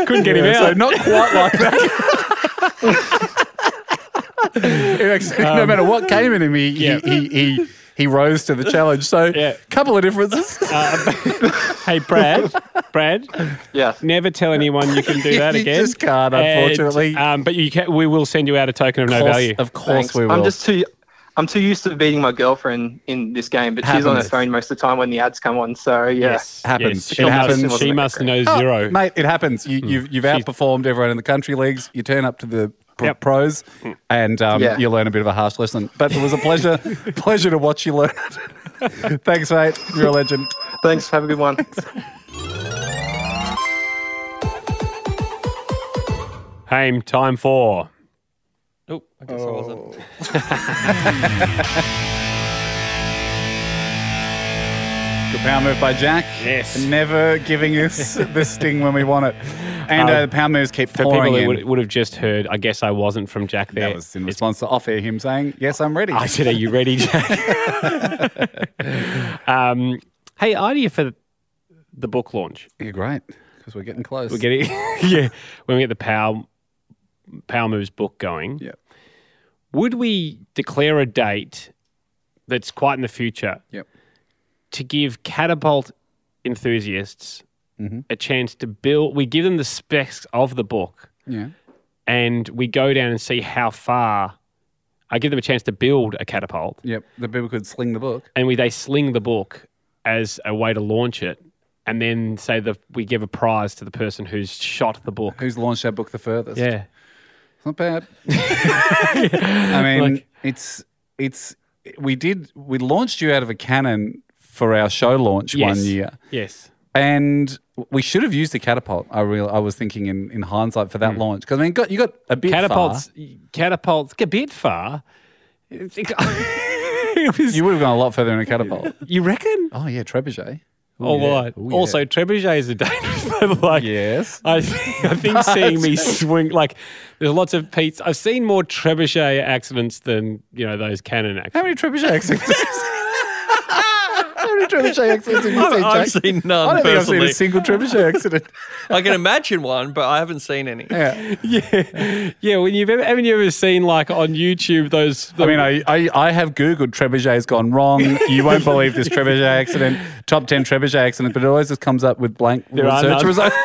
[SPEAKER 3] Couldn't get him
[SPEAKER 4] Yeah,
[SPEAKER 3] out.
[SPEAKER 4] so not quite like that.
[SPEAKER 3] [laughs]
[SPEAKER 4] It actually- no matter what came in him, he,
[SPEAKER 3] Um, Yeah.
[SPEAKER 4] he, he, he, he rose to the challenge. So,
[SPEAKER 3] Yeah. Uh,
[SPEAKER 4] couple
[SPEAKER 3] [laughs]
[SPEAKER 4] of differences.
[SPEAKER 3] Um, hey, Brad. Brad,
[SPEAKER 10] Yes.
[SPEAKER 3] never tell anyone you can do that
[SPEAKER 4] You
[SPEAKER 3] again.
[SPEAKER 4] just can't, unfortunately.
[SPEAKER 3] And, um, but you can, we will send you out a token of no
[SPEAKER 4] Of course-
[SPEAKER 3] value.
[SPEAKER 4] Of course,
[SPEAKER 10] Thanks.
[SPEAKER 4] we will.
[SPEAKER 10] I'm just too. I'm too used to beating my girlfriend in this game, but she's on her
[SPEAKER 4] Happens.
[SPEAKER 10] phone most of the time when the ads come on. So yeah,
[SPEAKER 3] Yes.
[SPEAKER 4] Happens.
[SPEAKER 3] Yes. She
[SPEAKER 4] It
[SPEAKER 3] must-
[SPEAKER 4] happens.
[SPEAKER 3] She must know
[SPEAKER 4] Oh,
[SPEAKER 3] zero. Hmm.
[SPEAKER 4] mate. It happens. You, You've you've outperformed everyone in the country leagues. You turn up to the pr- pros,
[SPEAKER 3] Hmm.
[SPEAKER 4] and um,
[SPEAKER 10] Yeah.
[SPEAKER 4] you learn a bit of a harsh lesson. But it was
[SPEAKER 3] [laughs]
[SPEAKER 4] a pleasure, pleasure to watch you learn it. [laughs] Thanks, mate. You're a legend.
[SPEAKER 10] Thanks. Have a good one.
[SPEAKER 3] Haim, time for.
[SPEAKER 5] Oh, I guess I wasn't.
[SPEAKER 4] Good power move by Jack.
[SPEAKER 3] Yes.
[SPEAKER 4] Never
[SPEAKER 3] [laughs]
[SPEAKER 4] giving us this sting when we want it. And
[SPEAKER 3] Um,
[SPEAKER 4] uh, the power moves keep
[SPEAKER 3] For
[SPEAKER 4] pouring
[SPEAKER 3] people
[SPEAKER 4] in.
[SPEAKER 3] who would, would have just heard, I guess I wasn't from Jack there.
[SPEAKER 4] that was in response to off air him saying, Yes, I'm ready.
[SPEAKER 3] I said, Are you ready, Jack?
[SPEAKER 4] [laughs]
[SPEAKER 3] um, hey, idea for the book launch.
[SPEAKER 4] You're great because we're getting close.
[SPEAKER 3] We're getting, [laughs] yeah, when we get the Power, Power Moves book going.
[SPEAKER 4] Yep.
[SPEAKER 3] Would we declare a date that's quite in the future
[SPEAKER 4] Yep.
[SPEAKER 3] to give catapult enthusiasts
[SPEAKER 4] Mhm.
[SPEAKER 3] a chance to build? We give them the specs of the book
[SPEAKER 4] Yeah.
[SPEAKER 3] and we go down and see how far. I give them a chance to build a catapult.
[SPEAKER 4] Yep. The people could sling the book.
[SPEAKER 3] and we they sling the book as a way to launch it, and then say that we give a prize to the person who's shot the book.
[SPEAKER 4] Who's launched that book the furthest?
[SPEAKER 3] Yeah,
[SPEAKER 4] It's
[SPEAKER 3] [laughs]
[SPEAKER 4] not bad. I mean,
[SPEAKER 3] Like-
[SPEAKER 4] it's it's we did we launched you out of a cannon for our show launch
[SPEAKER 3] Yes.
[SPEAKER 4] one year.
[SPEAKER 3] yes,
[SPEAKER 4] And we should have used the catapult. I real I was thinking in, in hindsight for that launch because I mean, got, you got a bit
[SPEAKER 3] catapults,
[SPEAKER 4] far.
[SPEAKER 3] catapults, a bit far. [laughs] It's- it was-
[SPEAKER 4] You would have gone a lot further in a catapult.
[SPEAKER 3] you reckon?
[SPEAKER 4] oh yeah, trebuchet.
[SPEAKER 3] All
[SPEAKER 4] yeah.
[SPEAKER 3] right.
[SPEAKER 4] Ooh, yeah.
[SPEAKER 3] Oh, Also, trebuchet is a [laughs] dangerous level. Like,
[SPEAKER 4] Yes.
[SPEAKER 3] I, think- I
[SPEAKER 4] [laughs]
[SPEAKER 3] think seeing me swing like there's lots of Pete's. I've seen more trebuchet accidents than you know those cannon
[SPEAKER 4] How
[SPEAKER 3] accidents.
[SPEAKER 4] many trebuchet accidents? How many trebuchet accidents have you
[SPEAKER 5] I've-
[SPEAKER 4] seen, Jake?
[SPEAKER 5] I've seen none,
[SPEAKER 4] I don't think I've seen a
[SPEAKER 5] personally.
[SPEAKER 4] single trebuchet accident.
[SPEAKER 5] I can imagine one, but I haven't seen any.
[SPEAKER 4] Yeah.
[SPEAKER 3] Yeah, yeah. When you've ever haven't you ever seen like on YouTube those?
[SPEAKER 4] I mean, I, I, I have Googled trebuchet's gone wrong. You won't believe this trebuchet accident, top 10 trebuchet accidents, but it always just comes up with blank
[SPEAKER 3] There are
[SPEAKER 4] search
[SPEAKER 3] none.
[SPEAKER 4] results.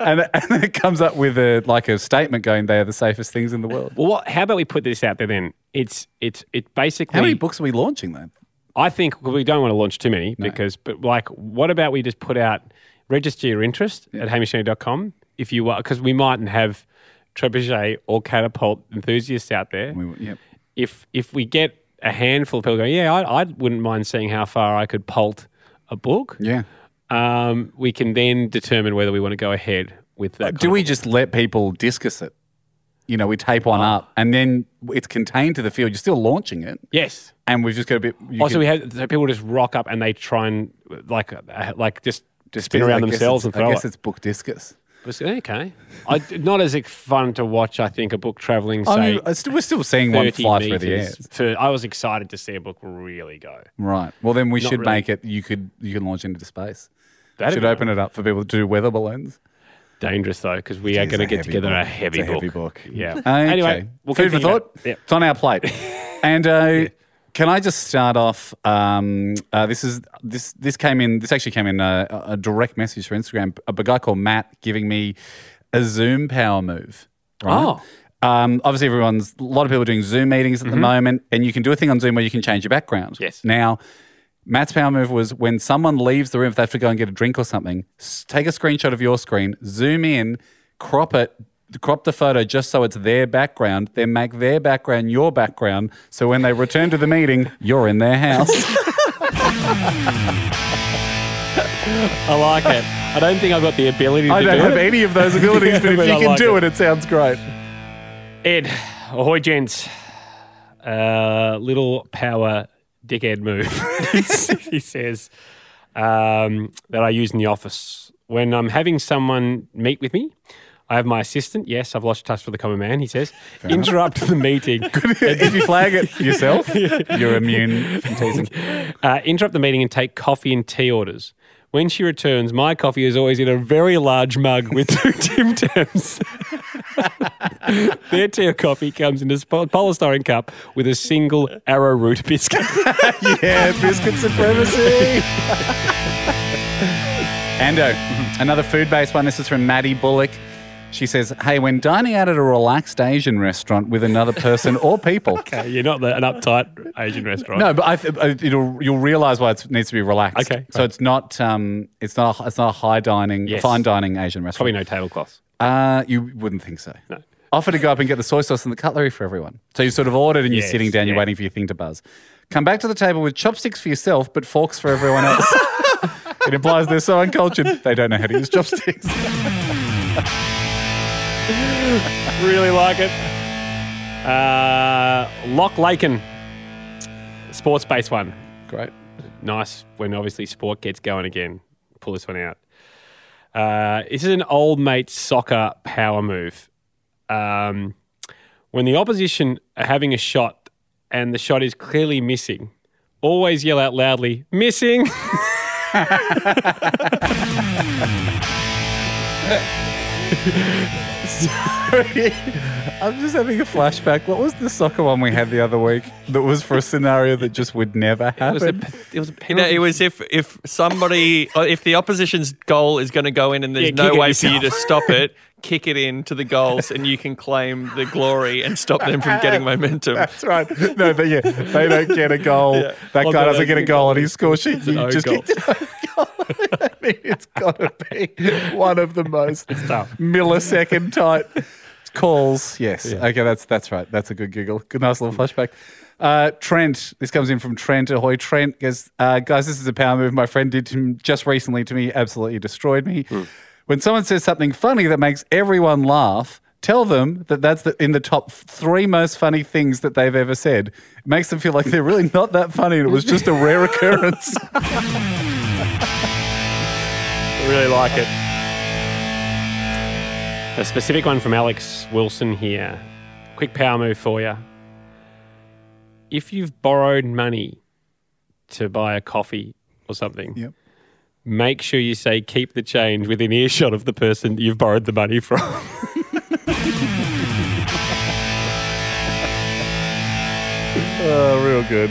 [SPEAKER 4] and, and then it comes up with a like a statement going, they are the safest things in the world.
[SPEAKER 3] Well, what, how about we put this out there then? It's it's it basically.
[SPEAKER 4] How many books are we launching then?
[SPEAKER 3] I think we don't want to launch too many because, but like, what about we just put out register your interest at hamishani.com if you are because we mightn't have trebuchet or catapult enthusiasts out there.
[SPEAKER 4] We, yep.
[SPEAKER 3] If if we get a handful of people going, yeah, I, I wouldn't mind seeing how far I could pult a book.
[SPEAKER 4] Yeah.
[SPEAKER 3] Um, we can then determine whether we want to go ahead with that. kind
[SPEAKER 4] Do
[SPEAKER 3] of-
[SPEAKER 4] we just let people discuss it? You know, we tape
[SPEAKER 3] Oh.
[SPEAKER 4] one up and then it's contained to the field. You're still launching it.
[SPEAKER 3] Yes.
[SPEAKER 4] And we've just got a bit. you
[SPEAKER 3] Also,
[SPEAKER 4] can-
[SPEAKER 3] we have Oh, so people just rock up and they try and like uh, like just, just spin around
[SPEAKER 4] I guess
[SPEAKER 3] themselves and
[SPEAKER 4] it's-
[SPEAKER 3] throw
[SPEAKER 4] I guess
[SPEAKER 3] it.
[SPEAKER 4] it's book discus.
[SPEAKER 3] Was- Okay, I, not as fun to watch. I think a book traveling say
[SPEAKER 4] I mean, it's- uh, we're still seeing one
[SPEAKER 3] thirty
[SPEAKER 4] fly through
[SPEAKER 3] meters.
[SPEAKER 4] the air.
[SPEAKER 3] For, I was excited to see a book really go.
[SPEAKER 4] Right. Well, then we
[SPEAKER 3] Not
[SPEAKER 4] should
[SPEAKER 3] really.
[SPEAKER 4] make it. You could you can launch into space.
[SPEAKER 3] That'd
[SPEAKER 4] should
[SPEAKER 3] be
[SPEAKER 4] open it up for people to do weather balloons.
[SPEAKER 3] Dangerous though, because we are
[SPEAKER 4] It's
[SPEAKER 3] going to
[SPEAKER 4] a
[SPEAKER 3] get
[SPEAKER 4] heavy
[SPEAKER 3] together
[SPEAKER 4] book.
[SPEAKER 3] a heavy,
[SPEAKER 4] It's a
[SPEAKER 3] book.
[SPEAKER 4] heavy book. Mm.
[SPEAKER 3] Yeah.
[SPEAKER 4] Okay.
[SPEAKER 3] Anyway, we'll
[SPEAKER 4] food
[SPEAKER 3] keep
[SPEAKER 4] for
[SPEAKER 3] thinking about
[SPEAKER 4] thought.
[SPEAKER 3] it. Yep.
[SPEAKER 4] It's on our plate.
[SPEAKER 3] [laughs]
[SPEAKER 4] and uh, can I just start off? Um, uh, this is this this came in. This actually came in uh, a, a direct message for Instagram. A guy called Matt giving me a Zoom power move.
[SPEAKER 3] Oh.
[SPEAKER 4] Um, obviously, everyone's a lot of people are doing Zoom meetings at the moment, and you can do a thing on Zoom where you can change your background.
[SPEAKER 3] Yes.
[SPEAKER 4] Now, Matt's power move was when someone leaves the room, if they have to go and get a drink or something, s- take a screenshot of your screen, zoom in, crop it, crop the photo just so it's their background, then make their background your background. So when they return to the meeting, you're in
[SPEAKER 3] [laughs]
[SPEAKER 4] their house.
[SPEAKER 3] I like it. I don't think I've got the ability to
[SPEAKER 4] I don't
[SPEAKER 3] do
[SPEAKER 4] have
[SPEAKER 3] it.
[SPEAKER 4] any of those
[SPEAKER 3] [laughs]
[SPEAKER 4] abilities, but if
[SPEAKER 3] But
[SPEAKER 4] you
[SPEAKER 3] I
[SPEAKER 4] can
[SPEAKER 3] like
[SPEAKER 4] do
[SPEAKER 3] it.
[SPEAKER 4] it, it sounds
[SPEAKER 3] [laughs]
[SPEAKER 4] great.
[SPEAKER 3] Ed, ahoy, gents. Uh, little power dickhead move, [laughs] he says, um, that I use in the office. When I'm having someone meet with me, I have my assistant. Yes, I've lost touch with the common man, he says. interrupt the meeting.
[SPEAKER 4] if you flag it yourself, you're immune from teasing.
[SPEAKER 3] [laughs] uh, interrupt the meeting and take coffee and tea orders. When she returns, my coffee is always in a very large mug with two [laughs] Tim Tams. [laughs] Their tea or coffee comes in a spo- polystyrene cup with a single arrowroot biscuit. [laughs]
[SPEAKER 4] Yeah, biscuit supremacy. [laughs] Ando, another food based one. This is from Maddie Bullock. She says, Hey, when dining out at a relaxed Asian restaurant with another person or people.
[SPEAKER 3] okay, you're not the, an uptight Asian restaurant.
[SPEAKER 4] No, but I, th- I- it'll, you'll realize why it needs to be relaxed.
[SPEAKER 3] Okay,
[SPEAKER 4] So it's not um, it's not a, it's not a high dining,
[SPEAKER 3] Yes.
[SPEAKER 4] fine dining Asian
[SPEAKER 3] Probably
[SPEAKER 4] restaurant.
[SPEAKER 3] no tablecloths.
[SPEAKER 4] Uh, you wouldn't think so.
[SPEAKER 3] No.
[SPEAKER 4] offer to go up and get the soy sauce and the cutlery for everyone. So you sort of ordered and you're
[SPEAKER 3] Yes,
[SPEAKER 4] sitting down, you're
[SPEAKER 3] yeah.
[SPEAKER 4] waiting for your thing to buzz. Come back to the table with chopsticks for yourself, but forks for everyone else. it implies they're so uncultured, they don't know how to use chopsticks.
[SPEAKER 3] really like it. Uh, Loch Laken, sports based one.
[SPEAKER 4] Great.
[SPEAKER 3] Nice when obviously sport gets going again. Pull this one out. Uh, this is an old mate soccer power move. Um, when the opposition are having a shot and the shot is clearly missing, always yell out loudly, missing.
[SPEAKER 4] Sorry. I'm just having a flashback. What was the soccer one we had the other week that was for a scenario that just would never
[SPEAKER 3] [laughs]
[SPEAKER 4] happen?
[SPEAKER 5] was a
[SPEAKER 3] It was a
[SPEAKER 5] You know, it was if if somebody or if the opposition's goal is going to go in and there's
[SPEAKER 3] Yeah,
[SPEAKER 5] no
[SPEAKER 3] kick it
[SPEAKER 5] way for you to
[SPEAKER 3] yourself.
[SPEAKER 5] stop it, kick it in to the goals and you can claim the glory and stop them from
[SPEAKER 3] [laughs]
[SPEAKER 5] getting momentum.
[SPEAKER 4] That's right. No, they, yeah, they don't get a goal.
[SPEAKER 5] Yeah.
[SPEAKER 4] That
[SPEAKER 5] Oh,
[SPEAKER 4] guy
[SPEAKER 5] no,
[SPEAKER 4] doesn't get a
[SPEAKER 5] it's
[SPEAKER 4] goal on his score sheet.
[SPEAKER 5] an
[SPEAKER 4] You
[SPEAKER 5] own
[SPEAKER 4] just
[SPEAKER 5] goal.
[SPEAKER 4] get to [laughs] I mean, it's got to be one of the most millisecond type calls. Yes. Okay, that's that's right. That's a good giggle. Good, nice little flashback. Uh, Trent, this comes in from Trent. Ahoy, Trent. Goes, uh, guys, this is a power move my friend did to m- just recently to me. Absolutely destroyed me. When someone says something funny that makes everyone laugh, tell them that that's the, in the top three most funny things that they've ever said. It makes them feel like they're really not that funny and it was just a rare occurrence.
[SPEAKER 3] really like it. A specific one from Alex Wilson here. Quick power move for you. If you've borrowed money to buy a coffee or something,
[SPEAKER 4] Yep.
[SPEAKER 3] make sure you say keep the change within earshot of the person that you've borrowed the money from.
[SPEAKER 4] [laughs] Oh, real good.